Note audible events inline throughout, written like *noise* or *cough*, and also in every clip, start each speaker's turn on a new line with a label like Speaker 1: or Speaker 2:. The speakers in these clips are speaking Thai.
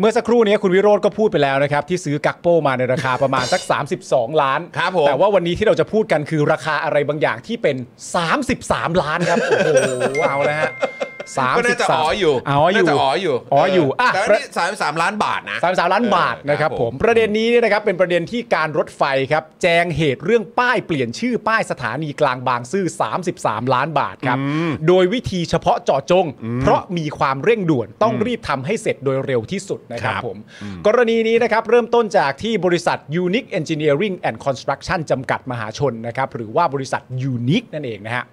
Speaker 1: เมื่อสักครู่นี้คุณวิโรธก็พูดไปแล้วนะครับ ที่ซื้อกักโป้มาในราคาประมาณ
Speaker 2: *laughs*
Speaker 1: สัก 32 ล้าน
Speaker 2: ครับผม
Speaker 1: แต่ว่าวันนี้ที่เราจะพูดกันคือราคาอะไรบางอย่างที่เป็น 33 ล้านครับ โอ้โหเอานะฮะสาม
Speaker 2: ก็
Speaker 1: สิ
Speaker 2: น่า
Speaker 1: บ
Speaker 2: จะ
Speaker 1: สาม
Speaker 2: อ๋ออยู่
Speaker 1: อ๋ออยู่
Speaker 2: น่าจะอ๋ออยู่
Speaker 1: อ๋ออยู่อ่ะ
Speaker 2: แต่ว่านี่สามสามล้านบาทนะ
Speaker 1: สามสามล้านบาทนะครับ
Speaker 2: เออ
Speaker 1: ผมประเด็นนี้เนี่ยนะครับเป็นประเด็นที่การรถไฟครับแจงเหตุเรื่องป้ายเปลี่ยนชื่อป้ายสถานีกลางบางซื่อ 33 ล้านบาทครับโดยวิธีเฉพาะเจาะจง เพราะมีความเร่งด่วนต้องรีบทำให้เสร็จโดยเร็วที่สุดนะครับ
Speaker 2: ครับ
Speaker 1: ผมกรณีนี้นะครับเริ่มต้นจากที่บริษัท Unique Engineering and Construction จำกัดมหาชนนะครับหรือว่าบริษัท Unique นั่นเองนะฮะ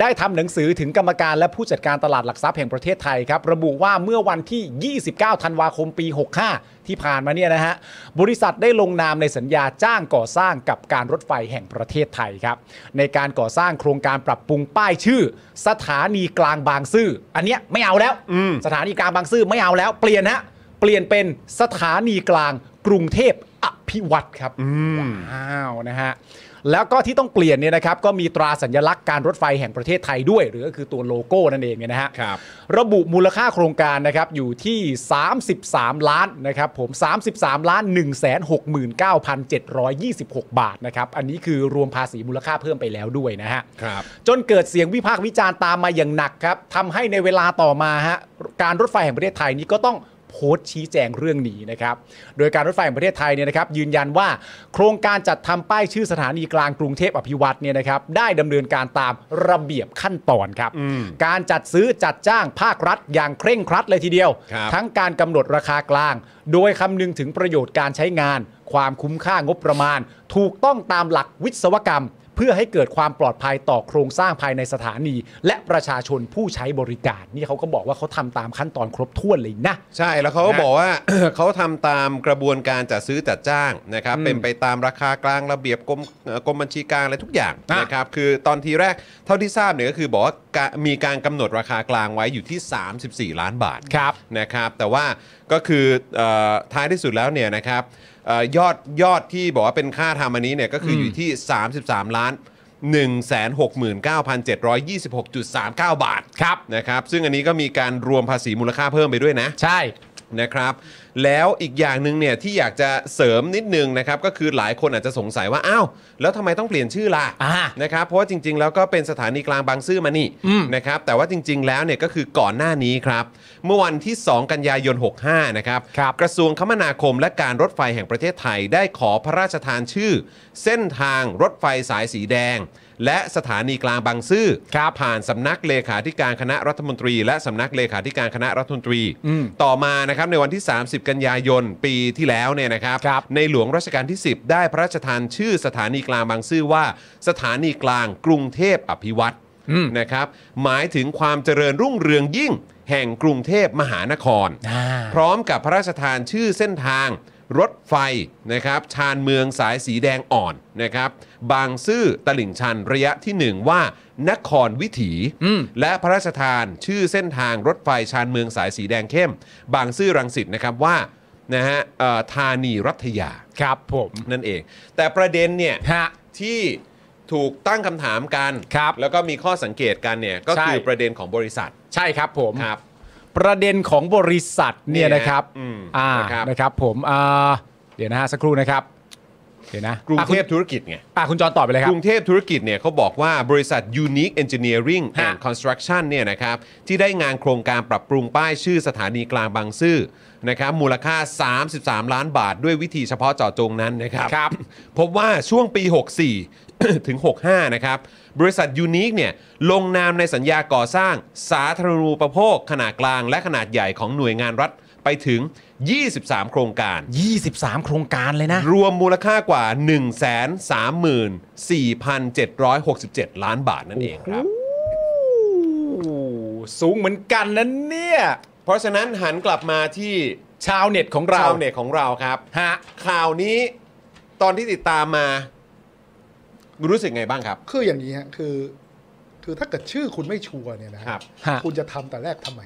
Speaker 1: ได้ทำหนังสือถึงกรรมการและผู้จัดการตลาดหลักทรัพย์แห่งประเทศไทยครับระบุว่าเมื่อวันที่ 29 ธันวาคมปี 65 ที่ผ่านมาเนี่ยนะฮะบริษัทได้ลงนามในสัญญาจ้างก่อสร้างกับการรถไฟแห่งประเทศไทยครับในการก่อสร้างโครงการปรับปรุงป้ายชื่อ สถานีกลางบางซื่อ อันเนี้ยไม่เอาแล้วสถานีกลางบางซื่อไม่เอาแล้วเปลี่ยนฮะเปลี่ยนเป็นสถานีกลางกรุงเทพอภิวัตรครับว้าวนะฮะแล้วก็ที่ต้องเปลี่ยนเนี่ยนะครับก็มีตราสัญลักษณ์การรถไฟแห่งประเทศไทยด้วย หรือก็คือตัวโลโก้นั่นเองเนี่ยนะฮะ
Speaker 2: ครับ
Speaker 1: ระบุมูลค่าโครงการนะครับอยู่ที่ 33 ล้านนะครับผม 33 ล้าน 169,726 บาทนะครับ อันนี้คือรวมภาษีมูลค่าเพิ่มไปแล้วด้วยนะฮะ
Speaker 2: ครับ
Speaker 1: จนเกิดเสียงวิพากษ์วิจารณ์ตามมาอย่างหนักครับทำให้ในเวลาต่อมาฮะการรถไฟแห่งประเทศไทยนี้ก็ต้องโพสต์ชี้แจงเรื่องนี้นะครับ โดยการรถไฟแห่งประเทศไทยเนี่ยนะครับ ยืนยันว่าโครงการจัดทำป้ายชื่อสถานีกลางกรุงเทพอภิวัตรเนี่ยนะครับได้ดำเนินการตามระเบียบขั้นตอนครับ การจัดซื้อจัดจ้างภาครัฐอย่างเคร่งครัดเลยทีเดียว
Speaker 2: ครับ
Speaker 1: ทั้งการกำหนดราคากลาง โดยคำนึงถึงประโยชน์การใช้งาน ความคุ้มค่างบประมาณ ถูกต้องตามหลักวิศวกรรม เพื่อให้เกิดความปลอดภัยต่อโครงสร้างภายในสถานี และประชาชนผู้ใช้บริการ นี่เขาก็บอกว่าเขาทำตามขั้นตอนครบถ้วนเลยนะ
Speaker 2: ใช่แล้วเขาก็
Speaker 1: นะ
Speaker 2: บอกว่า *coughs* เขาทำตามกระบวนการจัดซื้อจัดจ้างนะครับ เป็นไปตามราคากลางระเบียบกรมเอ่อกรมบัญชีกลางอะไรทุกอย่าง
Speaker 1: อ่ะ
Speaker 2: นะครับคือตอนทีแรกเท่าที่ทราบเนี่ยก็คือบอกว่ากะมีการกำหนดราคากลางไว้อยู่ที่ 34 ล้านบาท
Speaker 1: ครับ
Speaker 2: นะครับแต่ว่าก็คือเออท้ายที่สุดแล้วเนี่ยนะครับเออยอดยอดที่บอกว่าเป็นค่าทำอันนี้เนี่ยก็คืออ
Speaker 1: ม
Speaker 2: อยู่ที่ 33 ล้าน 169,726.39 บาท
Speaker 1: ครับ
Speaker 2: นะครับซึ่งอันนี้ก็มีการรวมภาษีมูลค่าเพิ่มไปด้วยนะ
Speaker 1: ใช่
Speaker 2: นะครับแล้วอีกอย่างหนึ่งเนี่ยที่อยากจะเสริมนิดนึงนะครับก็คือหลายคนอาจจะสงสัยว่าอ้าวแล้วทำไมต้องเปลี่ยนชื่อล่ะ
Speaker 1: อ่า
Speaker 2: นะครับเพราะว่าจริง ๆ แล้วก็เป็นสถานีกลางบางซื่อมานี่
Speaker 1: อืม
Speaker 2: นะครับแต่ว่าจริง ๆ แล้วเนี่ยก็คือก่อนหน้านี้ครับเมื่อวันที่ 2 กันยายน 65 นะครับ
Speaker 1: ครับ
Speaker 2: กระทรวงคมนาคมและการรถไฟแห่งประเทศไทยได้ขอพระราชทานชื่อ เส้นทางรถไฟสายสีแดง และสถานีกลางบางซื่อผ่านสำนักเลขาธิการคณะรัฐมนตรี และสำนักเลขาธิการคณะรัฐมนตรี
Speaker 1: อืม
Speaker 2: ต่อมานะครับในวันที่ 30 กันยายนปีที่แล้วเนี่ยนะครับ
Speaker 1: ครับ
Speaker 2: ในหลวงรัชกาลที่ 10 ได้พระราชทานชื่อสถานีกลางบางซื่อว่า สถานีกลางกรุงเทพอภิวัตร
Speaker 1: อืม
Speaker 2: นะครับ หมายถึงความเจริญรุ่งเรืองยิ่ง แห่งกรุงเทพมหานคร
Speaker 1: อ่า
Speaker 2: พร้อมกับพระราชทานชื่อเส้นทาง รถไฟนะครับชานเมืองสายสีแดงอ่อนนะครับบางซื่อตลิ่งชันระยะทีหนึ่1 ว่านครวิถี
Speaker 1: อืม
Speaker 2: และพระราชทานชื่อเส้นทางรถไฟชานเมืองสายสีแดงเข้ม บางซื่อรังสิตนะครับว่านะฮะเอ่อธานีรัฐยา
Speaker 1: ครับผม
Speaker 2: นั่นเอง แต่ประเด็นเนี่ย
Speaker 1: ฮะ
Speaker 2: ที่ถูกตั้งคำถามกัน
Speaker 1: ครับ
Speaker 2: แล้วก็มีข้อสังเกตกันเนี่ยก็คือ
Speaker 1: ใช่
Speaker 2: ประเด็นของบริษัท
Speaker 1: ใช่ครับผม
Speaker 2: ครับ
Speaker 1: ประเด็นของบริษัทเนี่ยนะครับ
Speaker 2: อืม
Speaker 1: อ่า
Speaker 2: ครับ
Speaker 1: นะครับผมอ่าเดี๋ยวนะฮะสักครู่นะครับเดี๋ยวนะ
Speaker 2: กรุงเทพ
Speaker 1: อ่ะคุณ
Speaker 2: ธุรกิจไง
Speaker 1: อ่ะคุณจอนตอบไปเลยค
Speaker 2: ก
Speaker 1: รับ
Speaker 2: รุงเทพธุรกิจเนี่ยเขาบอกว่าบริษัท Unique Engineering and
Speaker 1: ฮะ
Speaker 2: Construction เนี่ยนะครับที่ได้งานโครงการปรับปรุงป้ายชื่อสถานีกลางบางซื่อนะครับมูลค่า 33 ล้านบาทด้วยวิธีเฉพาะเจาะจงนั้นนะครับ
Speaker 1: ครับ
Speaker 2: พบว่าช่วง *coughs* ปี 64 ถึง 65 นะครับ บริษัทยูนิคเนี่ยลงนามในสัญญาก่อสร้างสาธารณูปโภค ขนาดกลางและขนาดใหญ่ของหน่วยงานรัฐไปถึง 23 โครงการ
Speaker 1: 23 โครงการเลยนะ
Speaker 2: รวมมูลค่ากว่า 1 3 4 7 6 7 ล้านบาทนั่นเองครับ
Speaker 1: สูงเหมือนกันนั้นเนี่ย
Speaker 2: เพราะฉะนั้นหันกลับมาที่
Speaker 1: ชาวเน็ตของเรา
Speaker 2: ชาวเน็ตของเราครับ
Speaker 1: ฮะ
Speaker 2: ข่าวนี้ตอนที่ติดตามมา รู้สึกไงบ้างครับ
Speaker 3: คืออย่างนี้ฮะคือคือถ้าเกิดชื่อคุณไม่ชัวร์เนี่ยนะครับ
Speaker 1: ฮะ
Speaker 3: คุณจะทำแต่แรกทำไม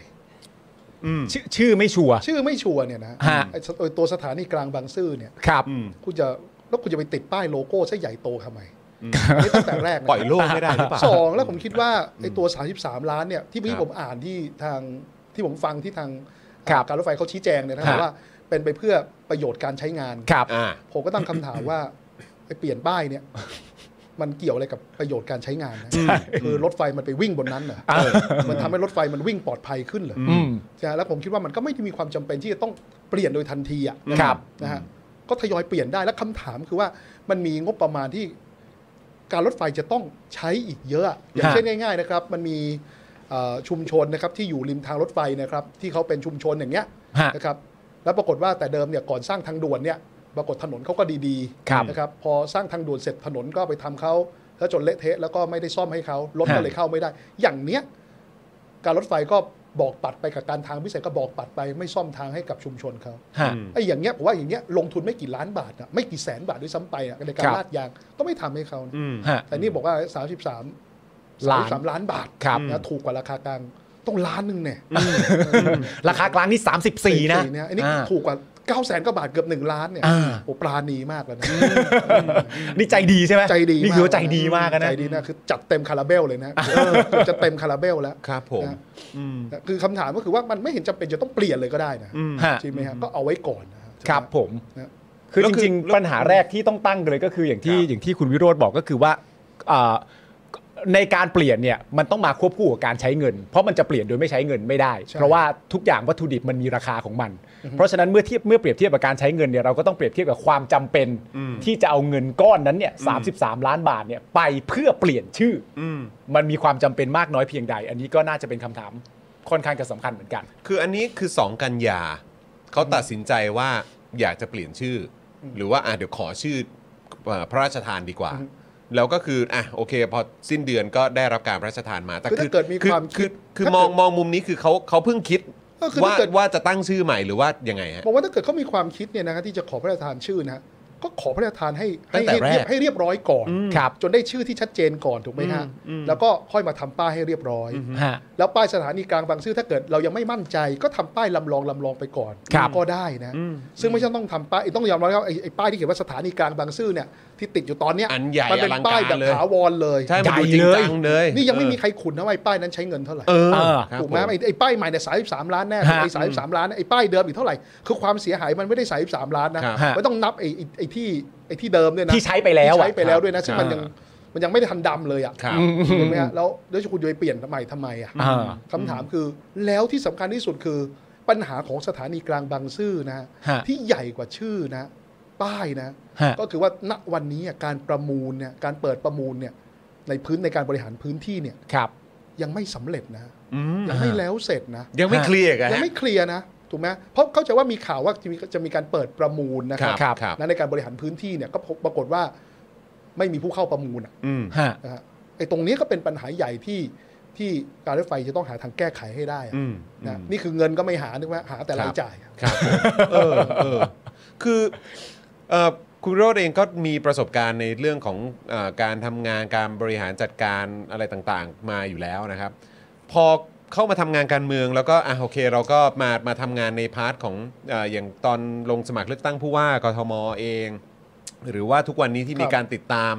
Speaker 2: อืม
Speaker 1: ชื่อชื่อไม่ชัวร์
Speaker 3: ชื่อไม่ชัวร์เนี่ยนะ
Speaker 1: ฮะ
Speaker 3: ไอ้สไอ้ตัวสถานีกลางบางซื่อเนี่ย
Speaker 1: ครับ
Speaker 2: อืม
Speaker 3: คุณจะแล้วคุณจะไปติดป้ายโลโก้ซะใหญ่โตทำไมนี่ตั้งแต่แรกนะ
Speaker 2: ปล่อยโลกไม่ได้หรือเปล่า
Speaker 3: สองแล้วผมคิดว่าไอ้ตัว 33 ล้านเนี่ยที่เมื่อกี้ผมอ่านที่ทางที่ผมฟังที่ทาง
Speaker 1: ครับ
Speaker 3: การรถไฟเขาชี้แจงเนี่ยนะ
Speaker 1: ฮะ
Speaker 3: ว่า เป็นไปเพื่อประโยชน์การใช้งาน
Speaker 1: ครับ
Speaker 2: อ่า
Speaker 3: ผมก็ตั้งคำถามว่า *coughs* ไอ้เปลี่ยนป้ายเนี่ย *coughs* มันเกี่ยวอะไรกับประโยชน์การใช้งานนะคือรถไฟมันไปวิ่งบนนั้นเหรอ
Speaker 1: อ่า
Speaker 3: เออมันทำให้รถไฟมันวิ่งปลอดภัยขึ้นเหรอ
Speaker 1: อืม
Speaker 3: ใช่ไหมแล้วผมคิดว่ามันก็ไม่ได้มีความจำเป็นที่จะต้องเปลี่ยนโดยทันทีอ่ะ
Speaker 1: ครับ
Speaker 3: นะฮะก็ทยอยเปลี่ยนได้แล้วคำถามคือว่ามันมีงบประมาณที่การรถไฟจะต้องใช้อีกเยอะอะอย่างเช่นง่ายๆนะครับ มันมีเอ่อชุมชนนะครับ ที่อยู่ริมทางรถไฟนะครับ ที่เขาเป็นชุมชนอย่างเงี้ย
Speaker 1: ฮะ
Speaker 3: นะครับแล้วปรากฏว่าแต่เดิมเนี่ยก่อนสร้างทางด่วนเนี่ยปรากฏถนนเขาก็ดี
Speaker 1: ครับ
Speaker 3: ๆนะครับพอสร้างทางด่วนเสร็จถนนก็ไปทำเขาแล้วจนเละเทะแล้วก็ไม่ได้ซ่อมให้เขารถก็
Speaker 1: ฮะ
Speaker 3: เลยเข้าไม่ได้ อย่างเนี้ยการรถไฟก็บอกปัดไปกับการทางพิเศษก็บอกปัดไป ไม่ซ่อมทางให้กับชุมชนเขา
Speaker 1: ฮะ
Speaker 3: ไอ้อย่างเงี้ยผมว่าอย่างเงี้ยลงทุนไม่กี่ล้านบาทนะไม่กี่แสนบาทด้วยซ้ำไปอะในการ
Speaker 1: ครับ
Speaker 3: ลาดยางก็ไม่ทำให้เขานะ
Speaker 2: อืม
Speaker 1: ฮะ
Speaker 3: แต่นี่บอกว่า 33
Speaker 1: ล้าน
Speaker 3: 33ล้านบาท
Speaker 1: ครับ
Speaker 3: นะถูกกว่าราคากลางต้องล้านหนึ่งเนี่ย
Speaker 1: ราคากลางนี่ 34 นะ
Speaker 3: เยอันนี้
Speaker 1: า
Speaker 3: ถูกกว่า9ก้าแสนกว่าบาทเกือบ 1 ล้านเนี่ย
Speaker 1: อ่า
Speaker 3: โอ้ปราณีมากแล้วนะ
Speaker 1: นี่ใจดีใช่ไหม
Speaker 3: ใจดี
Speaker 1: นี่
Speaker 3: มก
Speaker 1: คือว่าใจดีมากนะ
Speaker 3: ใจดีนะคือจัดเต็มคาราเบลเลยนะเกือบจะเต็มคาราเบลแล้ว
Speaker 2: ครับผม
Speaker 3: นะ
Speaker 2: อืม
Speaker 3: คือคำถามก็คือว่ามันไม่เห็นจำเป็นจะต้องเปลี่ยนเลยก็ได้นะ
Speaker 2: อืม
Speaker 1: ฮะ
Speaker 3: ใช่ไหมฮะก็เอาไว้ก่อนนะฮะ
Speaker 1: ครับผม
Speaker 3: นะ
Speaker 1: คือ
Speaker 2: แล้ว
Speaker 1: จ
Speaker 2: คือ
Speaker 1: ริงๆ ปัญหาแรกที่ต้องตั้งเลยก็คืออย่างที่
Speaker 2: ครับ
Speaker 1: อย่างที่คุณวิโรธบอกก็คือว่าอ่าในการเปลี่ยนเนี่ยมันต้องมาควบคู่กับการใช้เงิน เพราะมันจะเปลี่ยนโดยไม่ใช้เงินไม่ได้
Speaker 3: ใช่
Speaker 1: เพราะว่าทุกอย่างวัตถุดิบมันมีราคาของมัน เพราะฉะนั้นเมื่อเทียบเมื่อเปรียบเทียบกับการใช้เงินเนี่ยเราก็ต้องเปรียบเทียบกับความจำเป็นที่จะเอาเงินก้อนนั้นเนี่ยสาล้านบาทเนี่ยไปเพื่อเปลี่ยนชื่ออมันมีความจำเป็นมากน้อยเพียงใด อันนี้ก็น่าจะเป็นคำถามค่อนข้างจะสำคัญเหมือนกัน
Speaker 2: คืออันนี้คือ 2 กันยาเขาตัดสินใจว่าอยากจะเปลี่ยนชื่ออหรือว่าอ่ะเดี๋ยวขอชื่อเอ่อพระราชทานดีกว่า แล้วก็คืออ่ะโอเคพอสิ้นเดือนก็ได้รับการพระราชทานมาแต่
Speaker 3: คือถ้าเกิดมีความคิด
Speaker 2: อคือ
Speaker 3: ถ้าเกิด
Speaker 2: มองมองมุมนี้คือเขาเขาเพิ่งคิด
Speaker 3: ก็คือ
Speaker 2: ว่า
Speaker 3: ถ้าเกิด
Speaker 2: ว่าจะตั้งชื่อใหม่หรือว่ายังไงฮะ
Speaker 3: บอกว่าถ้าเกิดเขามีความคิดเนี่ยนะครับที่จะขอพระราชทานชื่อนะฮะก็ขอพระราชทานให้
Speaker 2: ตั้
Speaker 3: ให้
Speaker 2: งแต่แร
Speaker 3: ให้
Speaker 2: ก
Speaker 3: เรียบให้เรียบร้อยก่อน
Speaker 1: อืมครับ
Speaker 3: จนได้ชื่อที่ชัดเจนก่อนถูกไหมฮะแล้วก็ค่อยมาทำป้ายให้เรียบร้อย
Speaker 1: ฮะ
Speaker 3: แล้วป้ายสถานีกลางบางซื่อถ้าเกิดเรายังไม่มั่นใจ ก็ทำป้ายลำลองลำลองไปก่อน
Speaker 1: ครับ
Speaker 3: ก็ได้นะ ซึ่งไม่ใช่ต้องทำป้ายต้องยอมรับว่าไอ้ไอ้ป้ายที่เขียนว่าสถานีกลางบางซื่อเนี่ยที่ติดอยู่ตอนเนี้ย
Speaker 2: อันใหญ่
Speaker 3: มัเป็น
Speaker 2: อลังการ
Speaker 3: ป้ายแบบ
Speaker 2: เลย
Speaker 3: ถาวรเลย
Speaker 2: ใช่มันดู
Speaker 1: ใหญ่
Speaker 2: จริง
Speaker 1: เลย
Speaker 2: จังเลย
Speaker 3: นี่ยังไม่มีใครขุนนะว่าไอ้ป้ายนั้นใช้เงินเท่าไหร่
Speaker 2: เออ
Speaker 1: เออ
Speaker 2: ครับ
Speaker 3: ถูกไหม
Speaker 2: ผ
Speaker 3: ไอ้ไอ้ป้ายใหม่เนี่ยสามสามล้านแน่
Speaker 1: ฮะ
Speaker 3: ไอ้สามสามล้านไอ้ป้ายเดิมอีกเท่าไหร่คือความเสียหายมันไม่ได้สามสามล้านนะครับ
Speaker 1: ฮะ
Speaker 3: มันต้องนับไอ้ไอ้ไอ้ที่ไอ้ที่เดิมเนี่ยนะ
Speaker 1: ที่ใช้ไปแล้วอะ
Speaker 3: ที่ใช้ไปแล้วด้วยนะซึ่งมัน
Speaker 2: อ่ายั
Speaker 3: ยังมันยังไม่ได้ทันดำเลยอ่ะ
Speaker 2: ครับ
Speaker 3: เห็นไหมฮะแล้วแล้วคุณจะไปเปลี่ยนใหม่ทำไมอ่ะ
Speaker 1: อ่า
Speaker 3: คำถามคือแล้วที่สำคัญที่สุดคือปัญหาของสถานีกลางบางซื่อนะฮะ
Speaker 1: ฮะ
Speaker 3: ที่ใหญ่กว่าชื่อนะ ป้ายนะ
Speaker 1: ฮะ
Speaker 3: ก็คือว่าณวันนี้อ่ะการประมูลเนี่ยการเปิดประมูลเนี่ยในพื้นในการบริหารพื้นที่เนี่ย
Speaker 1: ครับ
Speaker 3: ยังไม่สำเร็จนะ
Speaker 2: อืม
Speaker 3: ยังไม่แล้วเสร็จนะ
Speaker 2: ยังไม่เคลียร์กัน
Speaker 3: ยัง
Speaker 2: ฮะ
Speaker 3: ไม่เคลียร์นะถูกไหมเพราะเข้าใจว่ามีข่าวว่าจะมีจะมีการเปิดประมูลนะค
Speaker 2: ค
Speaker 3: รั
Speaker 2: รั
Speaker 3: บบ
Speaker 1: ครับ
Speaker 2: ครับ
Speaker 3: และในการบริหารพื้นที่เนี่ยก็พบปรากฏว่าไม่มีผู้เข้าประมูลอ่ะ
Speaker 2: อืม
Speaker 1: ฮะ
Speaker 3: นะฮะไอ้ตรงนี้ก็เป็นปัญหาใหญ่ที่ที่การรถไฟจะต้องหาทางแก้ไขให้ได้อะ
Speaker 2: อืม
Speaker 3: นะนี่คือเงินก็ไม่หานึกว่าหาแต่
Speaker 2: ค
Speaker 3: ราย
Speaker 2: รับ
Speaker 3: จ่ายอะ
Speaker 2: ครับผมเออเออคือเอ่อคุณวิโรดเองก็มีประสบการณ์ในเรื่องของเออการทำงานการบริหารจัดการอะไรต่างๆ มาอยู่แล้วนะครับ พอเข้ามาทำงานการเมืองแล้วก็อ่ะโอเค เราก็มามาทำงานในพาร์ทของเอออย่างตอนลงสมัครเลือกตั้งผู้ว่ากทมเอง หรือว่าทุกวันนี้ที่มี
Speaker 3: ครับ
Speaker 2: การติดตาม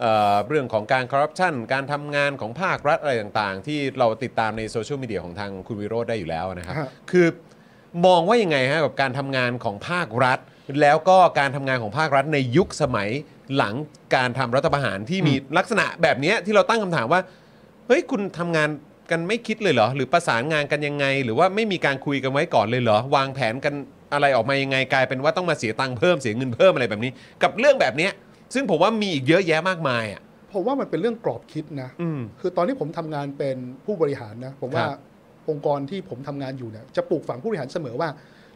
Speaker 2: เอ่อเรื่องของการคอร์รัปชันการทำงานของภาครัฐอะไรต่างๆ ที่เราติดตามในโซเชียลมีเดียของทางคุณวิโรธได้อยู่แล้วนะครับ
Speaker 3: ฮะ
Speaker 2: คือมองว่ายังไงฮะกับการทำงานของภาครัฐ แล้วก็การทำงานของภาครัฐในยุคสมัยหลังการทำรัฐประหารที่มีลักษณะแบบเนี้ยที่เราตั้งคำถามว่าเฮ้ยคุณทำงานกันไม่คิดเลยเหรอ หรือประสานงานกันยังไง หรือว่าไม่มีการคุยกันไว้ก่อนเลยเหรอ วางแผนกันอะไรออกมายังไงกลายเป็นว่าต้องมาเสียตังค์เพิ่มเสียเงินเพิ่มอะไรแบบนี้ กับเรื่องแบบเนี้ยซึ่งผมว่ามีอีกเยอะแยะมากมายอ่ะ
Speaker 3: ผมว่ามันเป็นเรื่องกรอบคิดนะ
Speaker 2: อืม
Speaker 3: คือตอนที่ผมทำงานเป็นผู้บริหารนะผมว่า
Speaker 2: ครับ
Speaker 3: องค์กรที่ผมทำงานอยู่เนี่ยจะปลูกฝังผู้บริหารเสมอว่า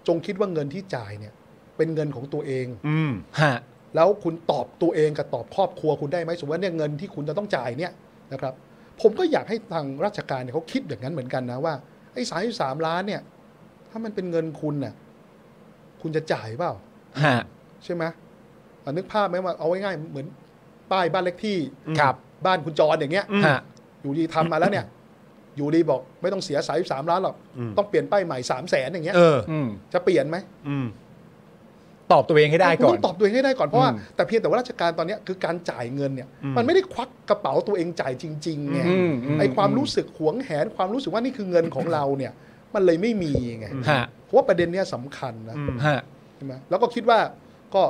Speaker 3: จงคิดว่าเงินที่จ่ายเนี่ยเป็นเงินของตัวเอง
Speaker 2: อืม
Speaker 1: ฮะ
Speaker 3: แล้วคุณตอบตัวเองกับตอบครอบครัวคุณได้ไหมสมมติว่าเนี่ยเงินที่คุณจะต้องจ่ายเนี่ยนะครับผมก็อยากให้ทางราชการเนี่ยเขาคิดอย่างนั้นเหมือนกันนะว่าไอ้สายสามล้านเนี่ย ถ้ามันเป็นเงินคุณน่ะคุณจะจ่ายเปล่า
Speaker 1: ฮะ
Speaker 3: ใช่ไหมอ่ะนึกภาพไหมว่าเอาง่ายๆเหมือนป้ายบ้านเล็กที่
Speaker 1: ครับ
Speaker 3: บ้านคุณจรอย่างเงี้ย
Speaker 1: ฮะ
Speaker 3: อยู่ดีทำมาแล้วเนี่ย อยู่ดีบอกไม่ต้องเสียสายสามล้านหรอก
Speaker 2: อืม
Speaker 3: ต้องเปลี่ยนป้ายใหม่สามแสนอย่างเงี้ย
Speaker 2: เออ
Speaker 1: อืม
Speaker 3: จะเปลี่ยนไหม
Speaker 2: อืม
Speaker 1: ตอบตัวเองให้ได้ก่อ
Speaker 3: คุ
Speaker 1: น
Speaker 3: ณต้องตอบตัวเองให้ได้ก่อนเพราะว่า
Speaker 1: อืม
Speaker 3: แต่เพียงแต่ว่าราชการตอนเนี้ยคือการจ่ายเงินเนี่ย
Speaker 2: อืม
Speaker 3: มันไม่ได้ควักกระเป๋าตัวเองจ่ายจริงๆไง
Speaker 1: อืมอืม
Speaker 3: ไอความรู้สึกหวงแหนความรู้สึกว่านี่คือเงินของเราเนี่ย มันเลยไม่มีไง
Speaker 1: ฮะ
Speaker 3: เพราะว่าประเด็นเนี้ยสำคัญนะ
Speaker 2: อืม
Speaker 1: ฮะ
Speaker 3: ช่ไหมแล้วก็คิดว่าก็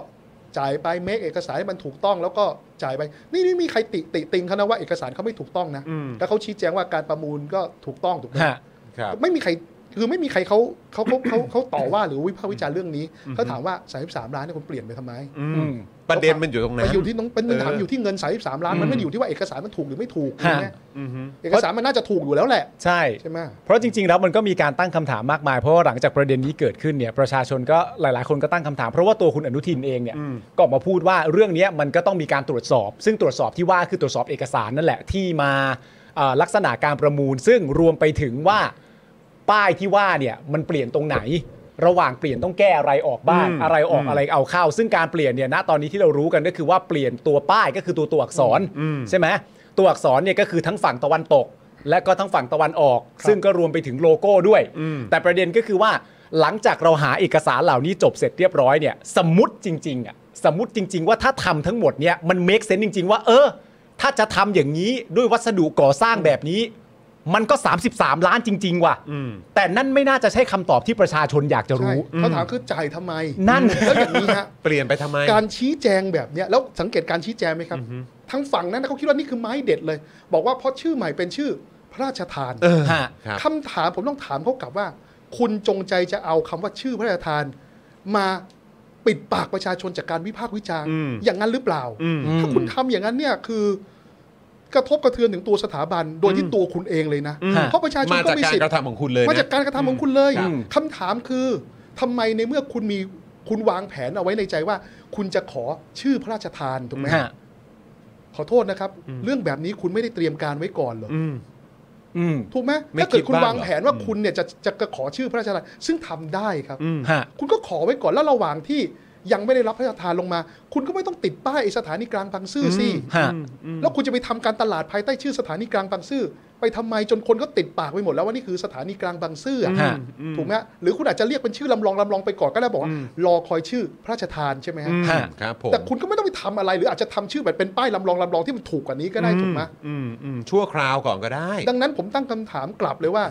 Speaker 3: จ่ายไปเมคเอกสารให้มันถูกต้องแล้วก็จ่ายไป นี่นี่มีใครติติติงเขานะว่าเอกสารเขาไม่ถูกต้องนะ
Speaker 2: อืม
Speaker 3: แล้วเขาชี้แจงว่าการประมูลก็ถูกต้องถูกไหม
Speaker 1: ฮะ
Speaker 2: ครับ
Speaker 3: ไม่มีใครคือไม่มีใครเขาเขาเขาเขาเขาต่อว่าหรือวิพากษ์วิจารณ์เรื่องนี้เขาถามว่า33ล้านเนี่ยคุณเปลี่ยนไปทำไม
Speaker 2: อื
Speaker 1: อื
Speaker 2: ม
Speaker 1: ม
Speaker 2: ประเด็นมันอยู่ตรงนั้
Speaker 3: มัน นอยู่ที่น้องเป็น
Speaker 2: เออ
Speaker 3: ถามอยู่ที่เงิน33ล้านมันไม่ได้อยู่ที่ว่าเอกสารมันถูกหรือไม่ถูก
Speaker 1: ฮะ
Speaker 3: ใช่ไหม
Speaker 2: อือฮึ
Speaker 3: เอกสารมันน่าจะถูกอยู่แล้วแหละ
Speaker 1: ใช่
Speaker 3: ใช่ไหม
Speaker 1: เพราะจริง ๆ แล้วมันก็มีการตั้งคำถามมากมาย เพราะว่าหลังจากประเด็นนี้เกิดขึ้นเนี่ยประชาชนก็หลาย ๆ คนก็ตั้งคำถาม เพราะว่าตัวคุณอนุทินเองเนี่ย
Speaker 2: อืม
Speaker 1: ก็ออกมาพูดว่าเรื่องเนี้ยมันก็ต้องมีการตรวจสอบ ซึ่งตรวจสอบที่ว่าคือตรวจสอบเอกสารนั่นแหละที่มาเอ่อลักษณะการประมูล ซึ่งรวมไปถึงว่าป้ายที่ว่าเนี่ยมันเปลี่ยนตรงไหน ระหว่างเปลี่ยนต้องแก้อะไรออกบ้าง
Speaker 2: อืม
Speaker 1: อะไรออก
Speaker 2: อืม
Speaker 1: อะไรเอาเข้า ซึ่งการเปลี่ยนเนี่ยณตอนนี้ที่เรารู้กันก็คือว่าเปลี่ยนตัวป้ายก็คือตัวตัวอักษร
Speaker 2: อืม
Speaker 1: ใช่ไหมตัวอักษรเนี่ยก็คือทั้งฝั่งตะวันตก และก็ทั้งฝั่งตะวันออก ซึ่งก็รวมไปถึงโลโก้ด้วย
Speaker 2: อืม
Speaker 1: แต่ประเด็นก็คือว่าหลังจากเราหาเอกสารเหล่านี้จบเสร็จเรียบร้อยเนี่ยสมมติจริงๆอ่ะสมมติจริง ๆ ว่าถ้าทำทั้งหมดเนี่ยมันเมคเซน s ์จริง ๆ ว่า เออ ถ้าจะทำอย่างนี้ด้วยวัสดุก่อสร้างแบบนี้ มันก็ 33 ล้านจริง ๆ ว่ะ
Speaker 2: อืม
Speaker 1: แต่นั่นไม่น่าจะใช่คำตอบที่ประชาชนอยากจะ
Speaker 3: ใช่
Speaker 1: รู้
Speaker 3: เขาถามคือจ่ายทำไม
Speaker 1: นั่น
Speaker 3: แล้วอย่างนี้ฮะ
Speaker 2: เปลี่ยนไปทำไม
Speaker 3: การชี้แจงแบบเนี้ยแล้วสังเกตการชี้แจงไหมครับทางฝั่งนั้นนะเขาคิดว่านี่คือไม้เด็ดเลย บอกว่าเพราะชื่อใหม่เป็นชื่อพระราชทาน
Speaker 2: เออ
Speaker 1: ฮะ
Speaker 2: ครับ
Speaker 3: คำถามผมต้องถามเขากลับว่า คุณจงใจจะเอาคำว่าชื่อพระราชทาน มาปิดปากประชาชนจากการวิพากษ์วิจารณ์
Speaker 2: อืม
Speaker 3: อย่างนั้นหรือเปล่า
Speaker 2: อืม
Speaker 3: ถ้าคุณทำอย่างนั้นเนี่ยคือกระทบกระเทือนถึงตัวสถาบันโดยที่ตัวคุณเองเลยนะ
Speaker 2: อืม
Speaker 3: เพราะประชาชน
Speaker 2: มา
Speaker 3: ก็
Speaker 2: จาก
Speaker 3: มี
Speaker 2: การ
Speaker 3: สิท
Speaker 2: ก
Speaker 3: ธิ์
Speaker 2: ระทำของคุณเลยนะ
Speaker 3: มาจากการกระทำของคุณเลย
Speaker 1: ครับ
Speaker 3: คำถามคือทำไมในเมื่อคุณมีคุณวางแผนเอาไว้ในใจว่า คุณจะขอชื่อพระราชทานถูกไหม
Speaker 1: ฮะ
Speaker 3: ขอโทษนะครับ เรื่องแบบนี้คุณไม่ได้เตรียมการไว้ก่อนเหรอ
Speaker 2: อืม
Speaker 1: อืม
Speaker 3: ถูกไหม
Speaker 2: ไม่
Speaker 3: ถ้าเกิดคุณ
Speaker 2: คิดบ้าง
Speaker 3: วางแผนว่า
Speaker 2: เหรอ
Speaker 3: คุณเนี่ยจะจะจะขอชื่อพระราชทานซึ่งทำได้ครับ
Speaker 2: อืม
Speaker 1: ฮะ
Speaker 3: คุณก็ขอไว้ก่อนแล้วระหว่างที่ยังไม่ได้รับพระราชทานลงมา คุณก็ไม่ต้องติดป้ายไอ้สถานีกลางบางซื่อสิ
Speaker 2: อืม
Speaker 1: ฮะ
Speaker 3: แล้วคุณจะไปทำการตลาดภายใต้ชื่อสถานีกลางบางซื่อไปทำไมจนคนก็ติดปากไปหมดแล้วว่านี่คือสถานีกลางบางซื่ออะ
Speaker 1: ฮะ
Speaker 2: อืม
Speaker 3: ถูกไหมหรือคุณอาจจะเรียกเป็นชื่อลำลองลำลองไปก่อนก็ได้บอกว่า
Speaker 2: อืม
Speaker 3: รอคอยชื่อพระราชทานใช่ไหมฮะ
Speaker 2: อืม
Speaker 1: ฮะ
Speaker 2: ครับผม
Speaker 3: แต่คุณก็ไม่ต้องไปทำอะไรหรืออาจจะทำชื่อแบบเป็นป้ายลำลองลำลองที่มันถูกกว่านี้ก็ได้ถูกไหม
Speaker 2: อืมอืมชั่วคราวก่อนก็ได้
Speaker 3: ดังนั้นผมตั้งคำถามกลับเลยว่า